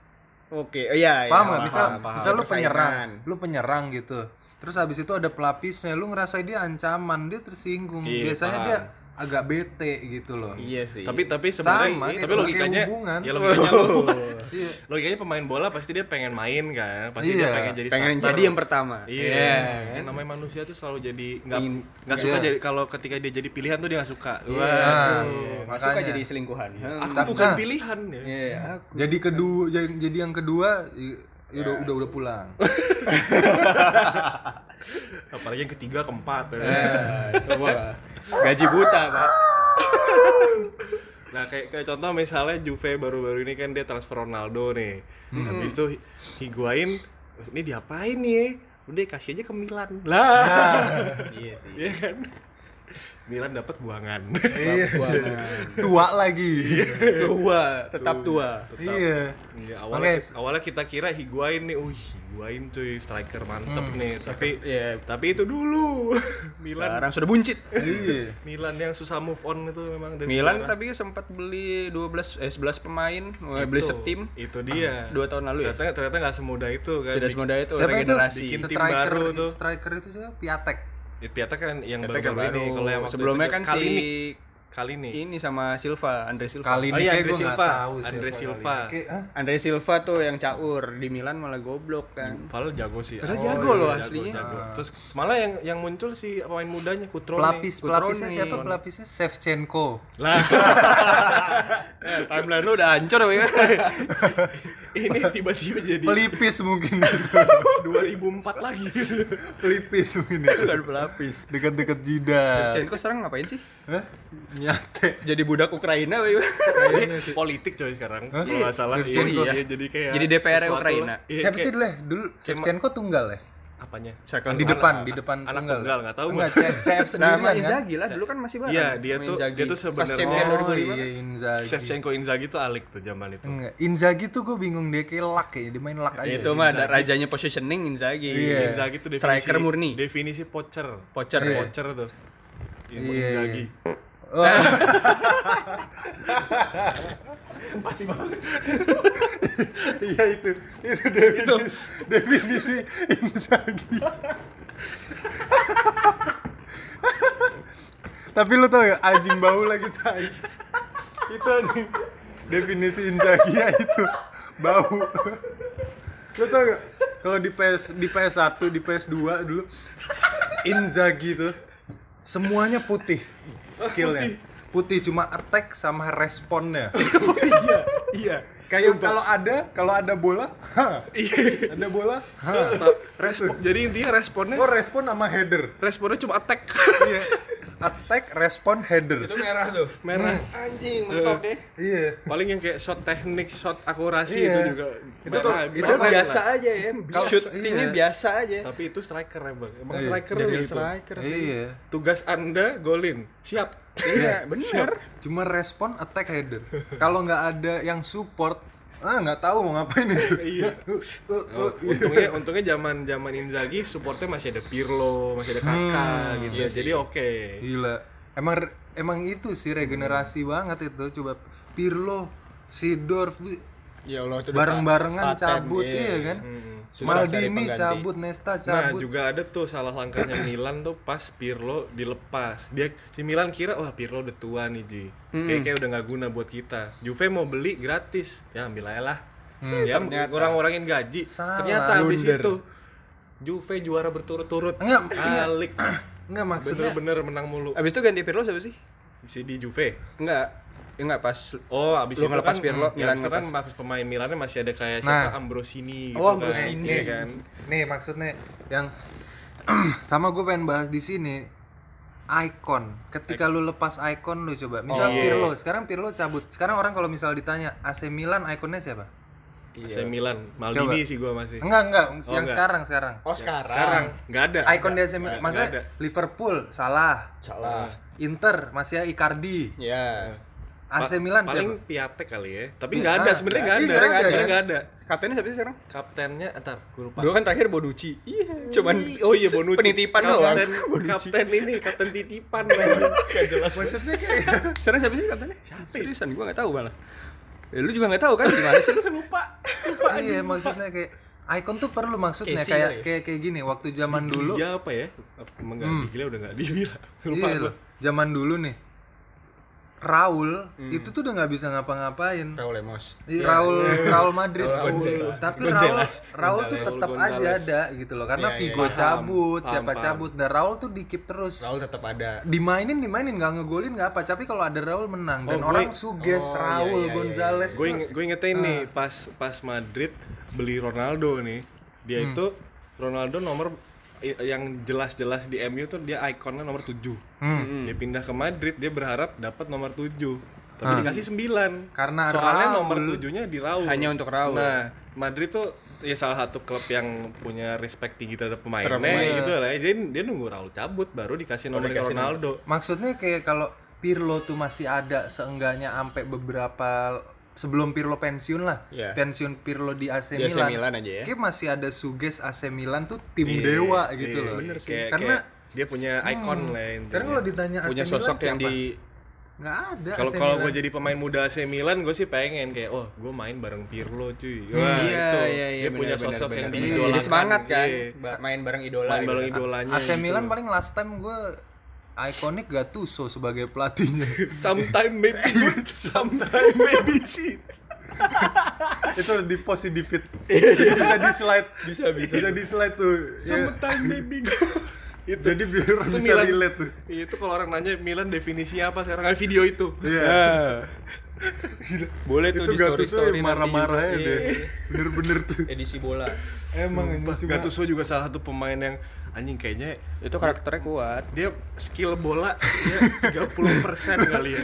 Oke, oh, iya, iya.
paham nggak misal
paham, paham.
misal lu penyerang
Persaingan.
lu penyerang gitu terus habis itu ada pelapisnya lu ngerasa dia ancaman dia tersinggung
Iya,
biasanya
paham.
dia agak bete gitu loh
Iya sih. Oh.
tapi tapi
Sama,
sebenarnya gitu.
kayak
tapi
pakai
logikanya
hubungan.
ya logikanya
Iya.
logikanya pemain bola pasti dia pengen main kan pasti
Iya.
dia pengen jadi
pengen
starter.
jadi yang pertama.
Iya.
kan?
Yang namanya manusia tuh selalu jadi nggak
Ingin-
nggak suka jadi kalau ketika dia jadi pilihan tuh dia nggak suka.
Iya.
Wah.
Nah,
Nggak suka
makanya.
jadi selingkuhan. Hmm.
Aku
Tapi-
bukan
nah.
pilihan ya.
Iya, aku.
jadi kedua jadi jadi yang kedua i- i-
Iya.
udah udah udah pulang
Apalagi yang ketiga keempat. ya.
Iya.
Nah, itu gua. Gaji buta, Pak.
Nah kayak, kayak contoh misalnya Juve baru-baru ini kan dia transfer Ronaldo nih. Habis itu Hi- Higuain ini diapain nih? Udah kasih aja ke Milan. Lah.
Iya sih.
Iya kan? Milan dapat buangan. Iya.
tua lagi
Tua, tetap tua.
iya
Iya, awalnya
Oke.
awalnya kita kira Higuain nih, uh Higuain cuy striker mantep
Hmm,
nih, tapi
Iya.
tapi itu dulu Milan
Sekarang sudah buncit.
iya
Milan yang susah move on itu memang dari
Milan
sejarah.
tapi sempat beli 12 eh 11 pemain, eh, beli
Itu-
setim
itu dia
dua tahun lalu ya.
ternyata ternyata nggak semudah itu kan
Tidak semudah itu
siapa itu
regenerasi.
Bikin tim
striker
baru tuh.
striker itu siapa piatek
Di- Piatek kan yang
Tapi
baru-baru ini kalau yang waktu
sebelumnya
itu
kan si
kali
Iya,
ini kali ini
ini sama Silva, Andre Silva.
kali
Oh
ini
iya,
kayak
Andre
gue nggak
Silva.
tahu siapa
Andre
kali
Silva.
ini. Kayak- hah?
Andre Silva tuh yang caur di Milan malah goblok kan.
Padahal jago sih.
Padahal
Oh,
jago
iya,
loh
jago,
aslinya.
jago. Terus malah yang yang muncul si pemain mudanya Kutrone.
pelapis
Kutrone.
pelapisnya siapa pelapisnya Shevchenko
Lah.
Eh, timeline lu udah hancur ya.
ini tiba-tiba jadi
pelipis mungkin gitu
2004 lagi.
pelipis mungkin itu
Bukan pelapis.
dekat-dekat jidat
Shevchenko sekarang ngapain sih?
Hah? nyate
Jadi budak Ukraina weh.
Politik coy sekarang. Kalau nggak salah iya,
Shevchenko.
iya, jadi kayak
Jadi DPR
sesuatu
Ukraina.
lah. Iya,
siapa
kayak-
sih dulu ya? dulu Shevchenko tunggal ya
Apanya?
di depan di depan
anak
tunggal
tunggal, nggak tahu
enggak
gua.
C- CF sendiri
Sama
kan
Inzaghi lah dulu kan masih bareng.
Iya, dia
sama
tuh
Inzaghi.
dia tuh
pas
sebenarnya
champion
oh
2005.
iya Inzaghi
Shevchenko Inzaghi tuh alik tuh zaman itu.
enggak Inzaghi tuh gue bingung dia kayak luck ya dia main luck
Iya,
aja
Itu mah ada rajanya positioning Inzaghi.
Iya.
Inzaghi tuh definisi
striker murni.
Definisi pocher.
Pocher.
Pocher, tuh. Iya, Inzaghi.
Oh. Iya itu. Itu definisi, definisi Inzaghi. Tapi lu tau ya, anjing bau lagi tai. Itu anjing definisi Inzaghi ya itu bau. Lu tau gak? Kalau di PS di PS1, di PS2 dulu Inzaghi tuh semuanya putih skillnya. Putih cuma attack sama responnya.
iya
Kayak kalau ada, kalau ada bola, ha. Ada bola, ha.
respon jadi intinya responnya
Oh, respon sama header.
responnya cuma attack
Iya. Attack, respon, header.
Itu merah tuh.
merah
Hmm.
Anjing, mentok deh.
Iya.
paling yang kayak shot teknik shot akurasi
Iya.
itu juga
Itu tuh-
merah,
itu
Itu
merah
biasa
lah.
aja ya. Shootingnya
iya.
biasa aja.
tapi itu striker ya bang emang
Iya,
striker
jadi
gitu.
Striker sih.
Iya.
tugas anda golin siap
Iya, bener.
Cuma respon, attack, header. Kalau nggak ada yang support, ah nggak tahu mau ngapain itu.
Iya.
Uh, uh, uh,
untungnya untungnya zaman zaman Inzaghi supportnya masih ada Pirlo masih ada Kakak
Hmm,
gitu
iya
jadi oke
Gila. Emang emang itu sih regenerasi banget itu. Coba Pirlo, Sidorf
Ya Allah, itu udah
bareng-barengan
paten,
cabut
iya.
iya kan.
Mm-mm.
Susah cari
Maldini
pengganti.
cabut, Nesta
Nah
cabut.
juga ada tuh salah langkahnya Milan tuh pas Pirlo dilepas. Dia si Milan kira wah Pirlo udah tua nih Ji.
Hmm.
Kayak kayak udah nggak guna buat kita. Juve mau beli gratis. Ya ambil aja lah. ya kurang-kurangin gaji.
Hmm, Salah,
Ternyata habis
blunder.
itu Juve juara berturut-turut.
Enggak, iya.
Alik.
Enggak maksudnya
Bener-bener menang mulu.
Abis itu ganti Pirlo siapa sih?
Si di Juve.
Enggak. Ya enggak pas
Oh, abis
Lu
itu
ngelepas
kan,
Pirlo,
ya,
Milan
abis itu kan pemain Milannya masih ada kayak siapa Ambrosini gitu
Oh,
kan.
Ambrosini.
Iya kan.
nih maksudnya yang sama gue pengen bahas di sini icon ketika lu lepas icon lu coba misal
Oh, iya.
Pirlo sekarang Pirlo cabut sekarang orang kalau misal ditanya AC Milan ikonnya siapa
Iya.
AC Milan,
Coba.
Maldini sih gua masih.
enggak enggak
Oh,
yang
enggak.
sekarang sekarang
Oh, sekarang.
Sekarang nggak ada.
icon di AC Milan
Nggak ada.
maksudnya Liverpool salah
Salah.
Inter masih Icardi
Ya.
AC
Pa-
Milan
paling
siapa
Piatek kali ya tapi nggak ada
ah,
sebenarnya nggak
iya,
ada
nggak ada,
sebenarnya
kan?
nggak ada
Kaptennya siapa sih sekarang?
kaptennya entar gue lupa
Dua kan terakhir Bonucci. Iya, cuman
oh iya Bonucci
penitipan doang.
kapten, kapten ini kapten titipan nggak jelas
maksudnya kayak
Sekarang siapa ya? sih kaptennya? Seriusan gua enggak tahu malah. Ya, lu juga enggak tahu kan gimana sih?
iya maksudnya kayak icon tuh perlu maksudnya
Casey
kayak
kali.
kayak kayak gini waktu zaman dulu
dia apa ya emang nggak
Hmm.
gila udah nggak dibilang lupa
Iya
gua.
loh, zaman dulu nih. Raul itu tuh udah nggak bisa ngapa-ngapain.
Raul Lemos.
Ih, Raul Raul Madrid.
Raul
Raul.
Gonzalez.
Tapi
Gonzalez.
Raul Raul tuh
Gonzalez.
tetap
Gonzalez.
aja ada gitu loh karena
Iya, iya,
Figo
iya.
cabut,
Paham,
siapa
paham.
cabut. Nah, Raul tuh di keep terus.
Raul tetap ada.
Dimainin dimainin nggak ngegolin nggak apa, tapi kalau ada Raul menang dan
Oh, gue-
orang
Oh,
suges
iya,
Raul
iya, iya,
Gonzalez
gue
tuh.
inget, gue ingetnya ini pas pas Madrid beli Ronaldo nih dia itu Ronaldo nomor i- yang jelas-jelas di MU tuh dia ikonnya nomor 7
hmm,
Hmm.
dia pindah ke Madrid dia berharap dapat nomor 7 tapi dikasih 9
Karena
soalnya
Raul.
nomor 7 nya di Raul
Hanya untuk Raul.
nah Madrid tuh ya salah satu klub yang punya respect tinggi terhadap pemainnya
Terhadap pemain.
gitu lah jadi dia nunggu Raul cabut baru dikasih nomor
dikasih nomor.
Ronaldo
Maksudnya kayak kalau Pirlo tuh masih ada seenggaknya sampai beberapa sebelum Pirlo pensiun lah.
Iya.
Pensiun Pirlo di AC
Di AC
Milan.
Milan aja ya.
Kayak masih ada suges AC Milan tuh tim dewa gitu loh.
bener sih
Karena
iya, dia punya icon lah ya, intinya.
karena kalau ditanya AC
Punya
Milan
sosok yang
siapa?
di
nggak ada
Kalau
AC
kalau
Milan.
gue jadi pemain muda AC Milan, gue sih pengen kayak, oh gue main bareng Pirlo cuy.
Iya,
Wah itu
iya, iya,
dia punya
benar, benar,
sosok yang
benar, benar.
diidolakan.
Jadi semangat kan
Iya.
ba- main bareng idola.
Main bareng
gitu.
idolanya.
AC Milan paling last time gue ikonik Gattuso sebagai pelatihnya.
Sometime maybe good, sometime maybe shit.
Itu harus di post di feed. bisa di slide.
Ah,
Bisa bisa.
Bisa di slide tuh. Ya,
Sometime maybe good. itu.
Jadi biar
Itu
bisa
Milan.
relate tuh.
Iya, Itu kalau orang nanya Milan definisinya apa sekarang Kayak video itu.
Iya.
Boleh tuh
itu
di
Gattuso
story-story nanti
yang marah-marah ya
juga.
deh.
Iya.
Bener-bener tuh.
Edisi bola.
Emang ini cuma
Gattuso juga salah satu pemain yang anjing kayaknya
Itu karakternya kuat.
dia skill bola dia 30% kali ya.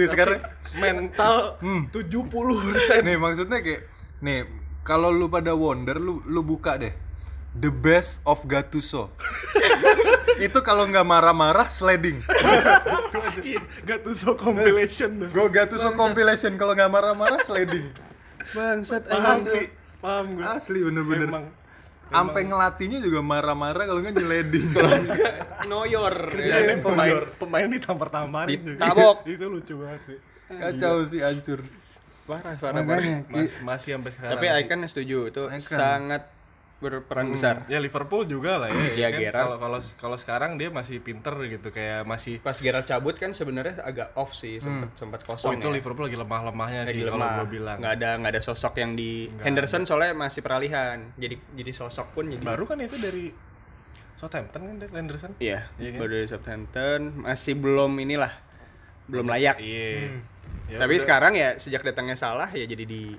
Iya, sekarang-
mental 70%.
Nih maksudnya kayak nih kalau lu pada wonder lu lu buka deh The best of Gattuso. itu kalau nggak marah-marah sliding.
Gattuso compilation tuh.
Go Gattuso compilation kalau nggak marah-marah sliding.
Bangsat
Paham
anjing.
sih. Paham gue.
Asli bener-bener.
Emang
Ampe ngelatihnya juga marah-marah kalau nggak nyeleding.
Noyor. Iya.
Jadi pemain pemain Iya, ditampar-tamparin juga.
Ditabok.
Itu lucu banget. sih.
Kacau sih hancur.
Parah, parah,
Makanya,
parah.
Mas, masih sampai sekarang.
Tapi
sih.
Icon setuju itu sangat berperan besar.
Ya Liverpool juga lah
Ya,
ya. kan
Gerrard.
Kalau kalau kalau sekarang dia masih pinter gitu kayak masih
Pas Gerard cabut kan sebenarnya agak off sih, sempat sempat
Oh,
kosong. ya.
itu Liverpool lagi lemah-lemahnya
lagi
sih kalau
lemah.
gua bilang.
Nggak ada nggak ada sosok yang di Henderson soalnya masih peralihan. Jadi jadi sosok pun jadi
Baru kan itu dari Southampton kan dari Henderson?
Iya,
Iya kan?
baru dari Southampton masih belum inilah belum layak.
Iya. Ya
Tapi
udah. Hmm.
sekarang ya sejak datangnya salah ya jadi di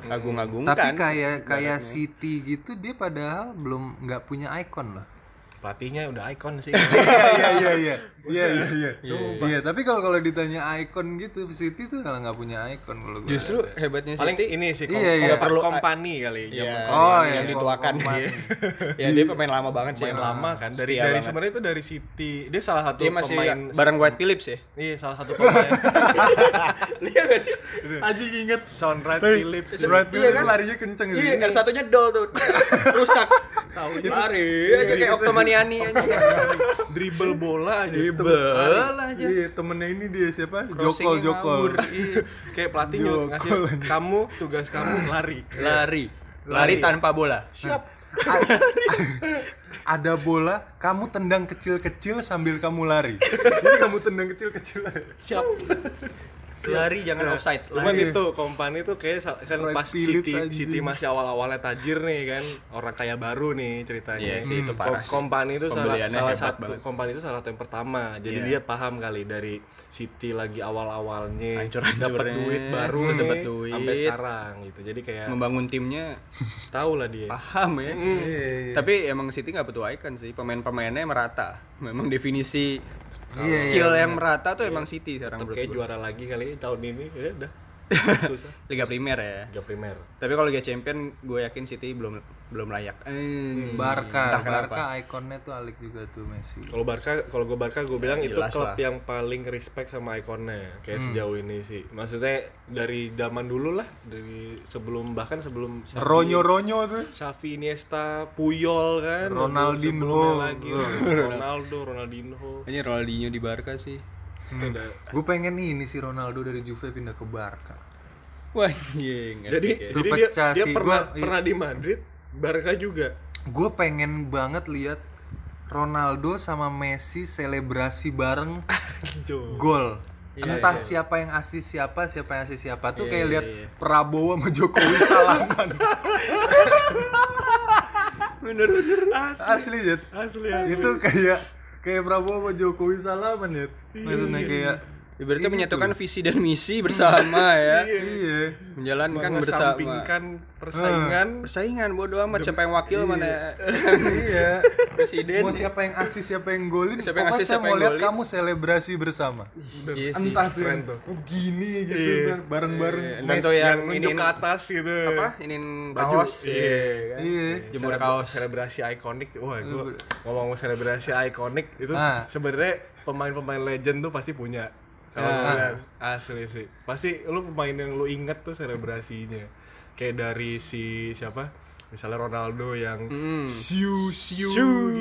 ngagung-agungkan.
Tapi kayak kayak City gitu dia padahal belum nggak punya ikon loh.
pelatihnya udah ikon sih.
Iya iya iya. Iya iya iya.
Iya, tapi kalau kalau ditanya ikon gitu City tuh kalau nggak punya ikon kalau gue.
justru hebatnya
Paling
City
ini sih kom-
Iya, iya.
nggak perlu company kali
Iya,
zaman
Oh,
yang,
iya,
yang
iya.
dituakan.
Pemain.
ya dia pemain lama banget sih.
yang
emang.
lama kan dari
Setia
dari
banget.
sebenarnya itu dari City. Dia salah satu
Dia masih
pemain
bareng White Phillips ya.
Iya, salah satu pemain.
Iya gak sih?
Aji inget Sonrad
Tapi
Phillips.
Brad Pitt
Iya
itu
kan?
larinya kenceng sih.
Iya, yang satunya dol tuh. Rusak. Lari,
Iya,
aja kayak Oktomaniani aja.
dribble bola aja. aja.
Iya, temennya ini dia siapa? Jokol
Crossingnya
Jokol.
ngawur.
Iya, kayak pelatih
Jokol
nyuruh ngasih kamu tugas kamu lari.
Lari. Lari tanpa bola. Siap.
Ada bola, kamu tendang kecil-kecil sambil kamu lari. Jadi kamu tendang kecil-kecil.
Siap. gitu.
Lari jangan offside.
Cuman itu company tuh kayak sa- kan
Red
pas
Iya. Phillips
City,
anjing.
City masih awal-awalnya tajir nih kan orang kaya baru nih ceritanya.
Iya sih, itu
Hmm.
parah sih.
Company itu salah,
Pembeliannya
salah
hebat
satu
banget.
company itu salah satu yang pertama. Jadi
Iya.
dia paham kali dari City lagi awal-awalnya
Hancur-hancurnya.
dapat duit baru
Hmm,
nih
dapat duit. Hmm.
sampai sekarang gitu. Jadi kayak
Membangun timnya
tahu lah dia.
paham ya.
Iya,
Iya,
Tapi emang City nggak butuh icon sih. Pemain-pemainnya merata. Memang definisi
Iya,
skill yang merata tuh emang City sekarang
Tetep kayak
menurut gua.
juara lagi kali tahun ini ya udah. Susah.
Liga Primer ya.
Liga Primer.
Tapi kalau Liga Champion gue yakin City belum belum layak. Eh,
Barca,
entah kenapa.
Barca ikonnya tuh alik juga tuh Messi.
Kalau Barca, kalau gue Barca gue bilang itu
jelas
klub
lah.
yang paling respect sama ikonnya kayak sejauh ini sih. Maksudnya dari zaman dulu lah, dari sebelum bahkan sebelum Xavi-
Ronyo-ronyo tuh.
Xavi Iniesta, Puyol kan,
Ronaldinho.
sebelumnya lagi gitu. Ronaldo, Ronaldinho.
Ini Ronaldinho di Barca sih.
Ada.
Gue pengen ini si Ronaldo dari Juve pindah ke Barca.
Wah, iya, anjing.
Jadi,
Itu
jadi dia,
pecah
dia
sih,
pernah
gua- iya.
pernah di Madrid, Barca juga.
Gue pengen banget lihat Ronaldo sama Messi selebrasi bareng
Jo.
gol.
Iya,
Entah
iya.
siapa yang asis siapa, siapa yang asis siapa
Iya,
tuh kayak
iya,
lihat
iya.
Prabowo sama Jokowi salaman.
Bener-bener asli.
Asli, Jet.
Asli.
Iya,
ya.
Itu kayak kayak Prabowo sama Jokowi salaman, ya. Maksudnya
Iya,
kayak
Berarti menyatukan visi dan misi bersama ya.
iya.
Menjalankan Kan bersama. Hmm.
Mengesampingkan persaingan.
Persaingan bodo amat siapa yang wakil mana
Iya.
presiden.
Mau siapa yang asis, siapa yang golin,
Siapa yang
pokoknya saya
asis, siapa
mau
yang
lihat
golin.
kamu selebrasi bersama.
Iya sih.
Entah tuh
Keren
yang
tuh.
gini gitu,
Iya.
bareng-bareng.
Iya, entah tuh yang
nunjuk
ini
ke atas gitu.
apa? Ini kaos.
Iya. kan?
Iya.
Jemur
Selebra-
kaos.
Selebrasi ikonik. Wah, gua ngomong selebrasi ikonik itu
Ah.
sebenarnya pemain-pemain legend tuh pasti punya. Kalau
Ah.
gua bilang, asli sih. Pasti lu pemain yang lu inget tuh selebrasinya. Kayak dari si siapa? Misalnya Ronaldo yang
Hmm. Eh,
siu siu,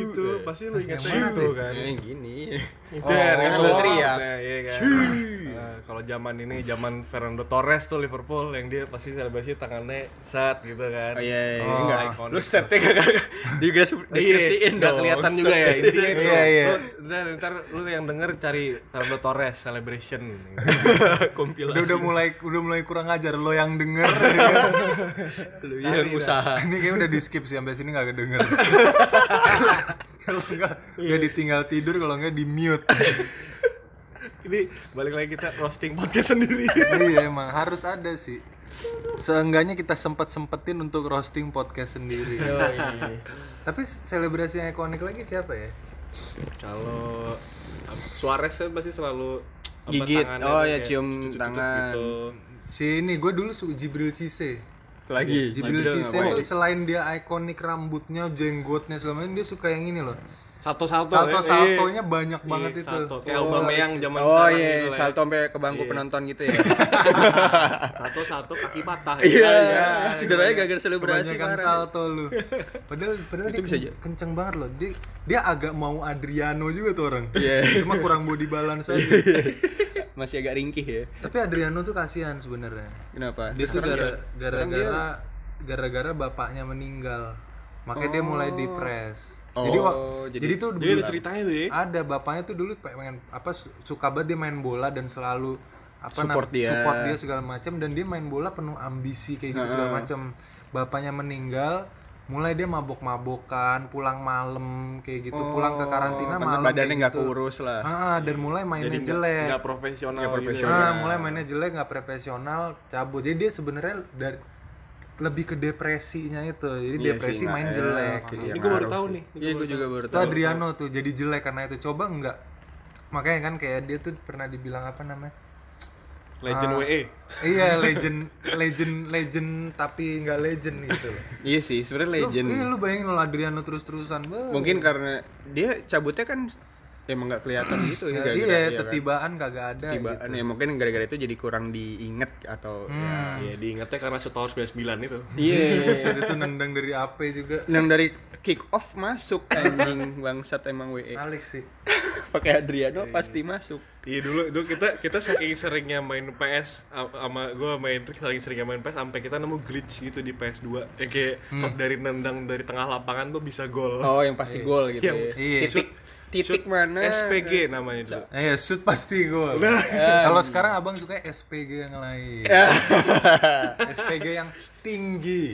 gitu. Pasti lu inget itu kan.
Iya, Yang gini.
Udah, kan
oh,
lu
teriak.
maksudnya, iya kan. Nah, kalau zaman ini zaman Fernando Torres tuh Liverpool yang dia pasti selebrasi tangannya set gitu kan.
Oh iya, iya.
Oh,
enggak.
ikonik.
Lu setnya kagak di deskripsiin
udah
dong.
kelihatan juga ya
Set.
intinya itu.
Iya, iya.
Lu- Udah ntar lu yang denger cari Fernando Torres celebration. Kompilasi.
Udah, udah mulai udah mulai kurang ajar lo yang denger. Nah,
Lu yang iya, usaha.
Ini kayak udah di skip sih sampai sini nggak kedenger. kalau nggak udah
Iya.
ditinggal tidur kalau nggak di mute.
Ini balik lagi kita roasting podcast sendiri.
iya emang harus ada sih. Seenggaknya kita sempat sempetin untuk roasting podcast sendiri.
Tapi selebrasi yang ikonik lagi siapa ya?
kalau Suarez kan pasti selalu apa,
Gigit.
tangannya
Oh
tuh
ya
kayak
cium
cucuk-cucuk
tangan.
gitu.
Si ini gue dulu su Jibril Cisse.
Lagi.
Jibril
Madrid
Cisse
Iya, nggak
tuh selain dia ikonik rambutnya, jenggotnya segala macam, dia suka yang ini loh.
Salto-salto. ya.
eh.
Salto-saltonya banyak banget
Iya,
itu.
salto. Kayak Aubameyang zaman
Oh
sekarang
iya,
gitu lah ya.
salto sampai ke bangku penonton gitu ya.
Satu-satu kaki patah. ya.
Iya, cederanya gagal selebrasi
Kebanyakan
parah.
salto lu. Padahal padahal
Itu
dia
bisa
ken-
aja.
kenceng banget loh. Dia dia agak mau Adriano juga tuh orang.
Iya.
Cuma kurang body balance aja.
masih agak ringkih ya.
Tapi Adriano tuh kasihan sebenarnya.
Kenapa?
Dia tuh
Sekarang
gara-
sekarang dia-
gara-gara gara-gara bapaknya meninggal. Makanya dia mulai depres.
Oh,
jadi wak- jadi,
jadi-
tuh
Jadi ada
dulu-
ceritanya tuh ya.
ada bapaknya tuh dulu pengen apa su- suka banget dia main bola dan selalu apa
Support
nam-
dia.
support dia segala macam dan dia main bola penuh ambisi kayak gitu segala macam bapaknya meninggal mulai dia mabok-mabokan pulang malam kayak gitu pulang ke karantina
Oh, Karena
malam
badannya
kayak
nggak
gitu.
keurus lah.
Ah, dan mulai mainnya
nggak-
jelek
nggak profesional.
Nggak
gitu ya.
profesional.
ah mulai mainnya jelek nggak profesional cabut jadi dia sebenarnya dari lebih ke depresinya itu jadi
Iya sih,
depresi main
nah,
jelek
iya,
Ini
Iya,
gue baru
ngaruh
tahu
sih.
nih. ini
Iya,
gua
gue juga baru
itu
tahu.
Adriano tuh jadi jelek karena itu coba nggak makanya kan kayak dia tuh pernah dibilang apa namanya
Legend E.
Ah.
WE.
iya legend legend legend tapi nggak legend gitu
Iya sih, sebenarnya legend. Iya,
lu, iya, lu bayangin lo Adriano terus terusan
Mungkin karena dia cabutnya kan emang nggak kelihatan gitu ya.
ya,
gara-gara
iya
dia kan.
tetibaan kagak ada
Tibaan ya mungkin gara-gara itu jadi kurang diinget atau ya.
Iya, diingetnya karena setahun 99 itu.
Iya.
Terus itu nendang dari AP juga
Yang dari kick off masuk anjing bangsat emang WE.
Alex sih
Pakai Adriano pasti masuk.
Iya dulu dulu kita kita saking seringnya main PS a- sama gua main saking seringnya main PS sampai kita nemu glitch gitu di PS2 yang kayak dari nendang dari tengah lapangan tuh bisa gol.
Oh, yang pasti gol gitu
Yang-
ya.
iya.
Titik titik
Shoot
mana?
SPG namanya dulu.
Eh, shoot pasti gue. Kalau sekarang abang suka SPG yang lain. SPG yang tinggi.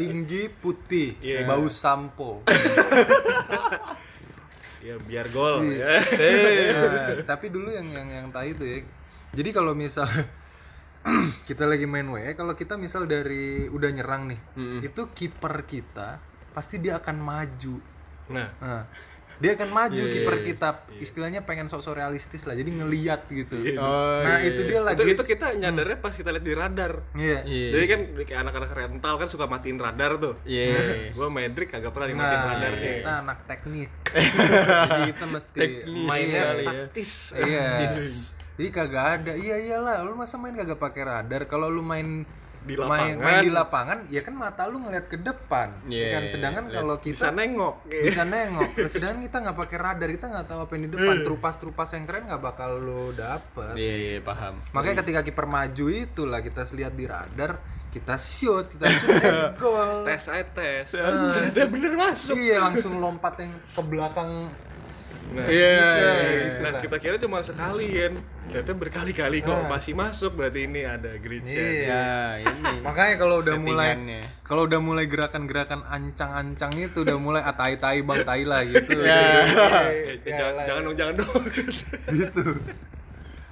Tinggi putih,
Iya.
bau sampo.
Ya biar gol ya.
Iya. Nah, tapi dulu yang yang yang tai itu ya. Jadi kalau misal kita lagi main WE, kalau kita misal dari udah nyerang nih, itu kiper kita pasti dia akan maju.
Nah,
Nah, dia akan maju kiper kita. Istilahnya pengen sok-sok realistis lah. Jadi ngeliat gitu.
Oh,
Nah, itu dia lagi
itu itu kita nyadarnya pas kita lihat di radar.
Iya.
Iya.
Jadi kan kayak anak-anak rental kan suka matiin radar tuh.
Iya.
Gua main Drik kagak pernah dimatiin
Nah,
radar nih.
kita anak teknik. Jadi kita mesti mainnya
Mainnya
tak-
taktis.
Iya. Jadi kagak ada. Iya iyalah, lu masa main kagak pakai radar? Kalau lu main
Di
main,
lapangan.
main di lapangan, ya kan mata lu ngeliat ke depan. ya
Iya,
kan sedangkan kalau
Bisa
kita
nengok. gitu.
bisa nengok, Terus sedangkan kita nggak pakai radar, kita nggak tahu apa yang di depan. Trupas-trupas yang keren nggak bakal lu dapet.
Iya, iya, paham.
Makanya ketika kiper maju itulah kita lihat di radar, kita shoot, kita shoot eh, gol.
Tes aja tes. Ternyata bener masuk.
Iya langsung lompat yang ke belakang
Nah,
Iya.
gitu
nah,
lah.
kita kira cuma sekali kan. Ternyata berkali-kali kok masih masuk berarti ini ada glitch.
Iya.
Ya, ini.
Makanya kalau udah mulai
Settingannya.
kalau udah mulai gerakan-gerakan ancang-ancang itu udah mulai atai tai bang tai lah gitu.
Ya.
Eh, jangan, jangan dong, jangan dong.
gitu.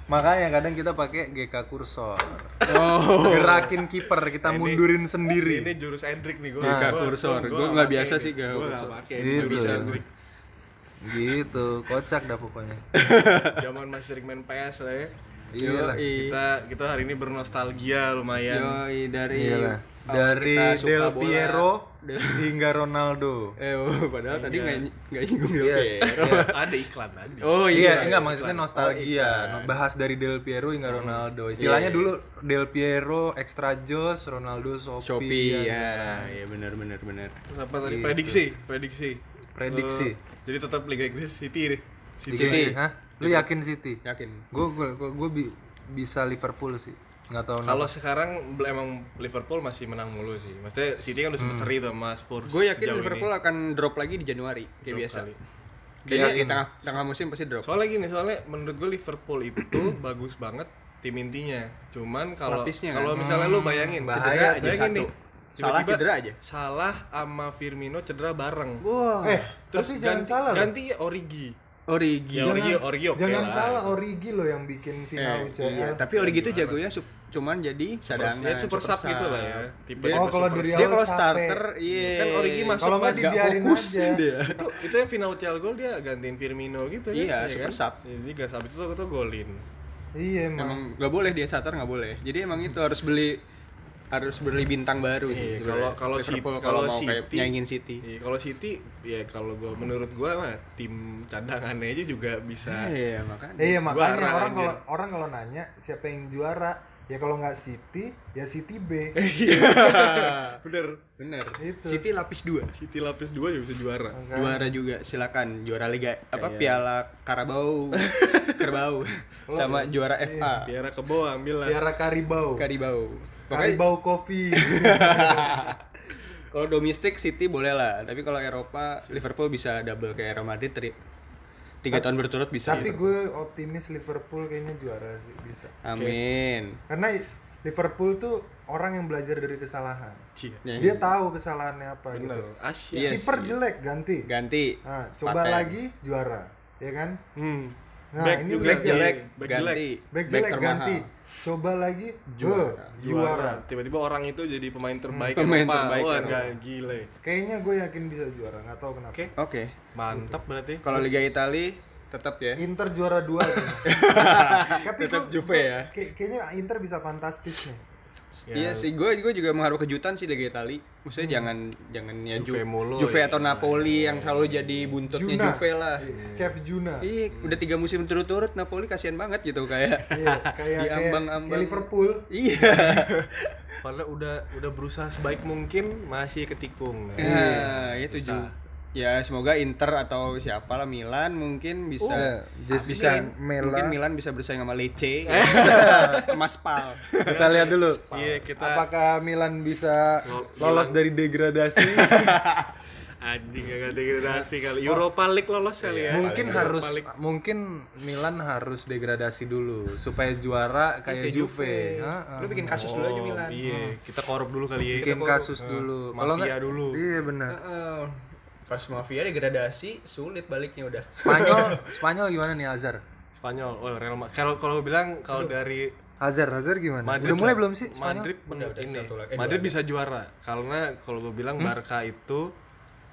Makanya kadang kita pakai GK kursor.
Oh.
Gerakin kiper kita mundurin sendiri.
ini jurus Endrick nih gue.
Gak kursor. Gue Ah. nggak biasa sih gak
Gue
kursor.
nggak pakai
Gitu.
jurus Endrick.
Gitu, kocak dah pokoknya.
Zaman masih sering main PS lah ya.
Iyalah.
Yoi.
Kita kita hari ini bernostalgia lumayan.
Yoi, dari
Iyalah.
awal
Dari
kita suka
Del
bola.
Piero hingga Ronaldo.
Eh, oh, padahal tadi nggak nggak nyinggung Del Piero.
Ya, ada iklan tadi.
Oh
iya,
iya.
enggak maksudnya nostalgia. Bahas dari Del Piero hingga
Hmm. Iya,
Ronaldo. Istilahnya dulu Del Piero, Extra Jos, Ronaldo, Shopee, ya.
Shopee ya. Iya, benar benar benar.
Apa tadi prediksi? Prediksi.
Prediksi.
Eh, jadi tetap Liga Inggris City deh. City.
City. Ya. Hah? Lu yakin City?
Yakin.
Gue gue bisa Liverpool sih. Nggak tahu
Kalau sekarang bel- emang Liverpool masih menang mulu sih. Maksudnya City kan udah sempet seri tuh sama Spurs.
Gue yakin
sejauh
Liverpool
ini.
akan drop lagi di Januari kayak
Drop
biasa.
kali. Iya,
Kayaknya di tengah tengah musim pasti drop.
Soalnya gini, soalnya menurut gue Liverpool itu bagus banget tim intinya. Cuman kalau
Lapisnya kan?
kalau misalnya lu bayangin
bahaya aja
bayangin
satu.
nih,
Salah
tiba-tiba
cedera aja.
Salah sama Firmino cedera bareng.
Wah.
Eh,
Terus
tapi jangan
ganti,
salah. loh.
ganti ya Origi.
Origi.
Ya Origi, Origi oke
jangan
lah.
salah Origi loh yang bikin final
Eh,
UCL.
iya, tapi Origi itu jagonya sup- cuman jadi
Super,
cadangan.
ya, super sub gitu lah ya. Tipe
Oh, kalau dari
Dia kalau
Capek.
starter, iya.
Kan Origi masuk
Kalau nggak
kan
nggak
dibiarin
fokus
aja.
dia.
itu itu yang final UCL gol dia gantiin Firmino gitu
Iya,
ya.
super
kan?
sub.
Jadi gas habis itu tuh golin.
Iya emang.
Emang nggak boleh dia starter nggak boleh. Jadi emang itu harus beli harus beli bintang baru.
Iya,
sih
kalau-
sebenarnya.
kalau
Liverpool
City-
kalau
kalau
mau kayak
City-
nyaingin City.
Iya, kalau City ya kalau gua menurut gua mah tim cadangannya aja juga bisa.
Iya, makanya.
Iya makanya
juara,
orang
anjir.
kalau orang kalau nanya siapa yang juara ya kalau nggak City ya City B
Eh,
bener bener
Iya. itu
City lapis dua
City lapis 2 juga bisa juara.
Makanya.
juara juga silakan juara liga apa
Iya.
piala Karabau Kerbau sama juara
Iya.
FA
Biara ke bawah ambil lah.
Iya.
Biara Karibau
Karibau pokoknya
Karibau Coffee
kalau domestik City boleh lah tapi kalau Eropa Liverpool bisa double kayak Real Madrid tri- tiga tahun berturut bisa
tapi gue optimis Liverpool kayaknya juara sih bisa
amin
karena Liverpool tuh orang yang belajar dari kesalahan
Cia.
Ya,
dia tahu kesalahannya apa gitu
Asyik.
iya
kiper
sih.
jelek ganti
ganti
Nah, coba
Paten.
lagi juara ya kan
Hmm.
nah
Back
ini
juga
udah
back jelek
Back
Iya, ganti
back jelek
termahal.
ganti coba lagi eh,
Juara. Hmm,
juara juara
Tiba-tiba orang itu jadi pemain terbaik
Pemain
Eropa.
terbaik
Wah,
Eropa.
nggak gile.
kayaknya gue yakin bisa juara nggak tahu kenapa
Oke.
oke
Mantap berarti.
kalau Liga Itali tetap ya
Inter juara dua tuh. tapi
Tetap
gua-
Juve
gua-
ya.
kayak- kayaknya Inter bisa fantastis nih
Ya,
Iya sih, gue gue juga mengharu kejutan sih Liga Itali. Maksudnya jangan jangan ya Ju-
Juve mulu,
Juve
ya.
atau Napoli yang selalu jadi buntutnya
Juna.
Juve lah.
Iya, Chef Juna
Iya, udah tiga musim turut-turut Napoli kasihan banget gitu kayak.
Iya, kayak
Di
kayak,
ambang-ambang.
kayak Liverpool
iya.
Padahal udah udah berusaha sebaik mungkin masih ketikung. ya.
Nah, itu juga. Ya semoga Inter atau siapa lah Milan mungkin bisa Ah,
Jessica
bisa
Mela.
mungkin Oh, Milan bisa bersaing sama Lecce, Mas Pal.
kita lihat dulu
Iya, kita
apakah Milan bisa
lolos dari degradasi
anjing gak ada degradasi kali. Europa League lolos kali ya.
mungkin
Europa
harus
League.
mungkin Milan harus degradasi dulu supaya juara kayak Juve Ha-ha.
Iya, Lu bikin kasus dulu aja Milan. Hmm.
Iya, kita korup dulu kali ya.
bikin
Kita korup.
kasus
eh,
dulu
Mafia
kalau nggak
dulu.
iya benar
Heeh. Pas mafia degradasi sulit baliknya udah.
Spanyol Spanyol gimana nih Hazard
Spanyol. Oh, Real Madrid. Kalau kalau bilang kalau dari
Hazard Hazard gimana
Madrid
udah mulai
sa-
belum sih Spanyol
Madrid
Udah, udah,
ini.
satu lagi. Hmm? Eh,
Madrid
dua
bisa juara karena kalau gue bilang Barca itu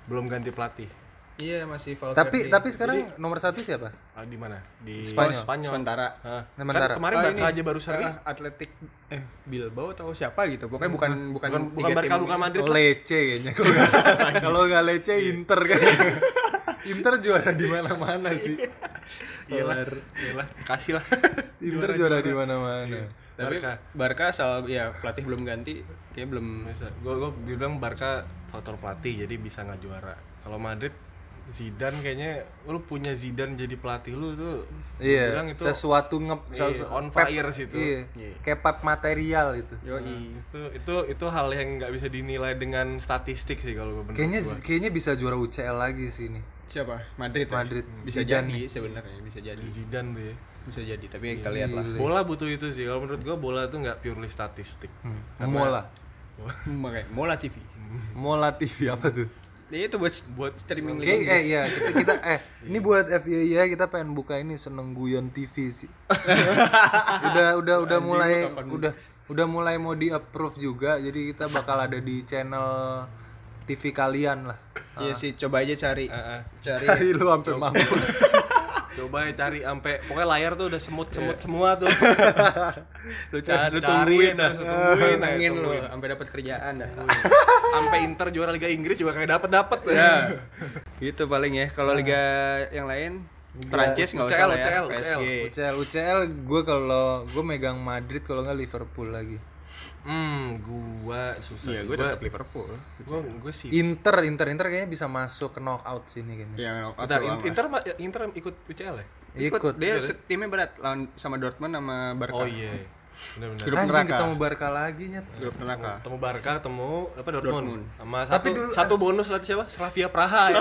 belum ganti pelatih.
Iya masih Valverde.
tapi tapi sekarang nomor satu siapa
Ah, di mana? Di
Spanyol.
Oh, Spanyol.
sementara
Hah.
Sementara.
Kan kemarin
Ah,
Barca
ini.
aja baru seri.
Ah, Atletik eh Bilbao atau siapa gitu. Pokoknya bukan bukan
bukan bukan
tiga
Barca,
tim
bukan
ini.
Madrid. lah.
lece Oh, kayaknya kalau nggak- kalau nggak lece Inter kan Inter juara di mana-mana sih
Iyalah. Iyalah. Kasih lah.
Inter juara di Iya. mana-mana
Tapi
Barca.
Barca asal ya pelatih belum ganti, kayak belum
Gue gue bilang Barca faktor pelatih jadi bisa nggak juara. Kalau Madrid Zidane kayaknya lu punya Zidane jadi pelatih lu tuh
iya
bilang itu
sesuatu ngep
Iya, on fire sih itu.
iya
Iya.
kepap material gitu. itu
Yoi.
itu itu itu hal yang nggak bisa dinilai dengan statistik sih kalau gue
kayaknya kayaknya bisa juara UCL lagi sih ini
Siapa? Madrid. ya?
Madrid.
Bisa
Zidane
jadi sebenarnya, bisa jadi.
Zidane tuh ya
Bisa jadi, tapi kita lihat lah.
bola butuh itu sih kalau menurut gue bola tuh nggak purely statistik
Hmm. Mola
Makanya Mola TV.
Mola TV apa tuh
Ya itu buat buat streaming
Oke,
Liga
eh
Inggris.
ya kita, kita
Iya.
eh ini buat FYI ya kita pengen buka ini seneng guyon TV sih. udah udah udah mulai udah udah mulai mau di approve juga jadi kita bakal ada di channel TV kalian lah.
Iya sih, coba aja cari. Cari.
Cari lu hampir mampus.
coba ya cari sampai pokoknya layar tuh udah semut semut semua tuh
Lu cari, lu
Cariin,
tungguin dah.
terus lu tungguin, ayo,
Tungguin lu
tungguin.
sampai dapat kerjaan dah.
sampai Inter juara Liga Inggris juga kagak dapet dapet
ya gitu paling ya kalau liga yang lain Prancis nggak usah
UCL,
lah ya
UCL.
PSG
UCL UCL gue kalau gue megang Madrid kalau nggak Liverpool lagi.
hmm gua susah
Iya,
sih
gue
gua
tetap Liverpool
gua gua
Iya.
sih
Inter Inter Inter kayaknya bisa masuk ke knockout sini
Ya,
kayaknya.
yang
Bentar, In- Inter ma- Inter ikut UCL ya
ikut
Ikut.
dia se- timnya berat lawan sama Dortmund sama Barca
kan? oh iya Eh. benar-benar
grup
Anjing
neraka
ketemu Barca lagi nyet.
grup neraka
temu Barca, temu apa Dortmund,
Dortmund.
sama satu, satu bonus lah siapa? Slavia Praha. ya?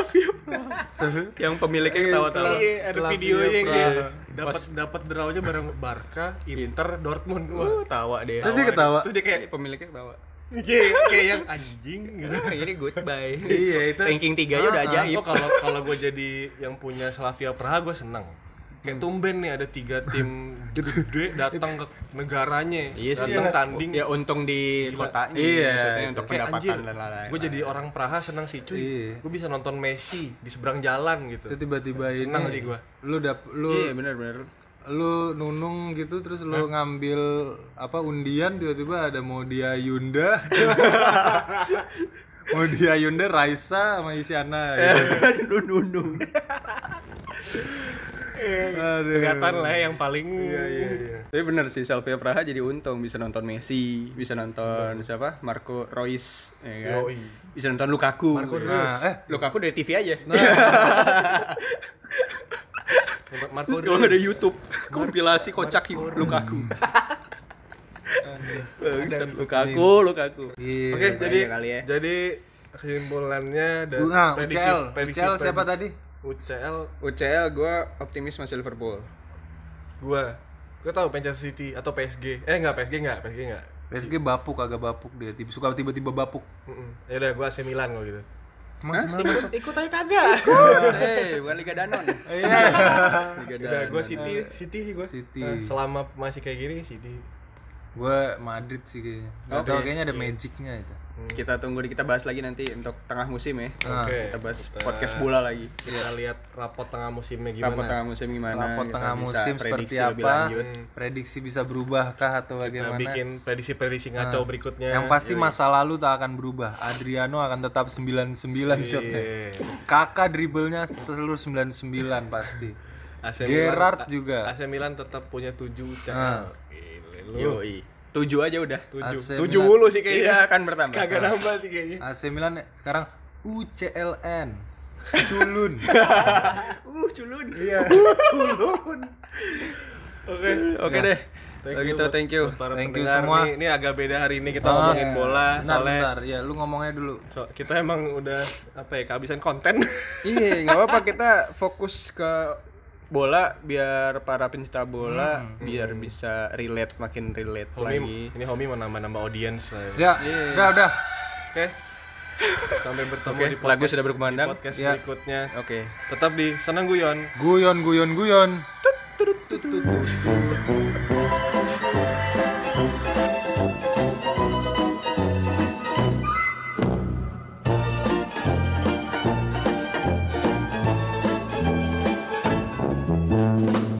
yang pemiliknya ketawa-tawa
Iya, ada
Slavia
videonya yang dia
Praha.
dapat dapat drawnya bareng Barca, Inter, Dortmund.
Uh,
Wah.
tawa dia
Terus dia ketawa.
terus dia kayak pemiliknya ketawa
Kayak kayak yang anjing gitu.
Ah, ini goodbye
Iya, itu-
ranking tiganya udah
Ah, ah.
ajaib
Oh, kalau kalau gue jadi yang punya Slavia Praha gue seneng. Kayak tumben nih ada tiga tim gede datang ke negaranya,
Iya sih.
datang tanding.
ya untung di
Gila.
kotanya
Iya.
maksudnya untuk
Kayak
pendapatan
anjir,
dan lain-lain
Gue jadi orang Praha seneng sih cuy.
Iya.
Gue bisa nonton Messi di seberang jalan gitu.
Itu tiba-tiba ini.
Senang sih gua.
Lu dap lu
iya benar-benar
lu nunung gitu terus lu ngambil apa undian tiba-tiba ada Modia Yunda Modia Yunda Raisa sama Isyana gitu.
nundung
kelihatan lah yang paling
Tapi bener sih Sylvia Praha jadi untung bisa nonton Messi, bisa nonton siapa? Marco Reus ya kan? Bisa nonton Lukaku. Marco
Reus.
eh Lukaku dari TV aja.
Marco
Kalau nggak ada YouTube, kompilasi kocak yuk, Lukaku. Bangsat, Lukaku, Lukaku.
Iya.
Oke, jadi
aja kali ya.
jadi kesimpulannya dari
ah,
Nah, UCL, UCL siapa tadi?
UCL
UCL gue optimis masih Liverpool.
gua gua tahu Manchester City atau PSG. Eh enggak PSG enggak, PSG enggak.
PSG bapuk agak bapuk dia, tiba suka tiba-tiba bapuk.
Mm-mm. Ya udah gua AC Milan kalau gitu.
Mas
Ikut, ikut aja kagak.
Eh, bukan Liga Danon. Liga
Ya udah
Danon.
gua City, City sih gua.
City.
Nah, selama masih kayak gini City.
Gue Madrid sih kayaknya. Gak tau kayaknya ada magicnya itu.
Kita tunggu kita bahas lagi nanti untuk tengah musim ya.
Oke.
Kita bahas podcast bola lagi.
Kita lihat rapot tengah musimnya gimana.
Rapot tengah musim gimana?
Rapot
Nah, kita
tengah
bisa
musim
prediksi
seperti
lebih
apa?
lanjut.
Prediksi bisa berubah kah atau
Nah,
bagaimana?
bikin prediksi-prediksi ngaco berikutnya.
Yang pasti masa lalu tak akan berubah. Adriano akan tetap 99 shotnya.
Iya.
Kakak dribblenya seluruh 99 pasti.
AC
Gerard
Milan,
juga. Ah.
AC Milan tetap punya 7 channel. Gile lu.
Yoi. Tujuh aja udah.
AC
Tujuh.
Milan-
Tujuh mulu sih
Iya
kayaknya.
akan bertambah.
Kagak nambah sih kayaknya.
AC Milan sekarang UCLN. Culun.
Uh, culun.
Oke.
Oke deh.
Thank
Kalau
you
gitu
buat-
Ya. thank you.
buat para
Thank you
pendengar.
semua.
Ini, ini agak beda hari ini kita
Ah,
ngomongin bola
bentar,
soalnya
bentar. Ya, lu ngomongnya dulu.
so- kita emang udah apa ya kehabisan konten.
iya, nggak apa-apa kita fokus ke bola biar para pencinta bola biar bisa relate makin relate lagi.
Homi, ini Homi mau nambah-nambah audience lah. ya.
Ya, udah udah.
Oke. Sampai bertemu
Oke,
di
lagu
podcast,
sudah berkumandang.
di podcast
Ya.
berikutnya.
Oke.
Tetap di Senang Guyon.
Guyon guyon guyon.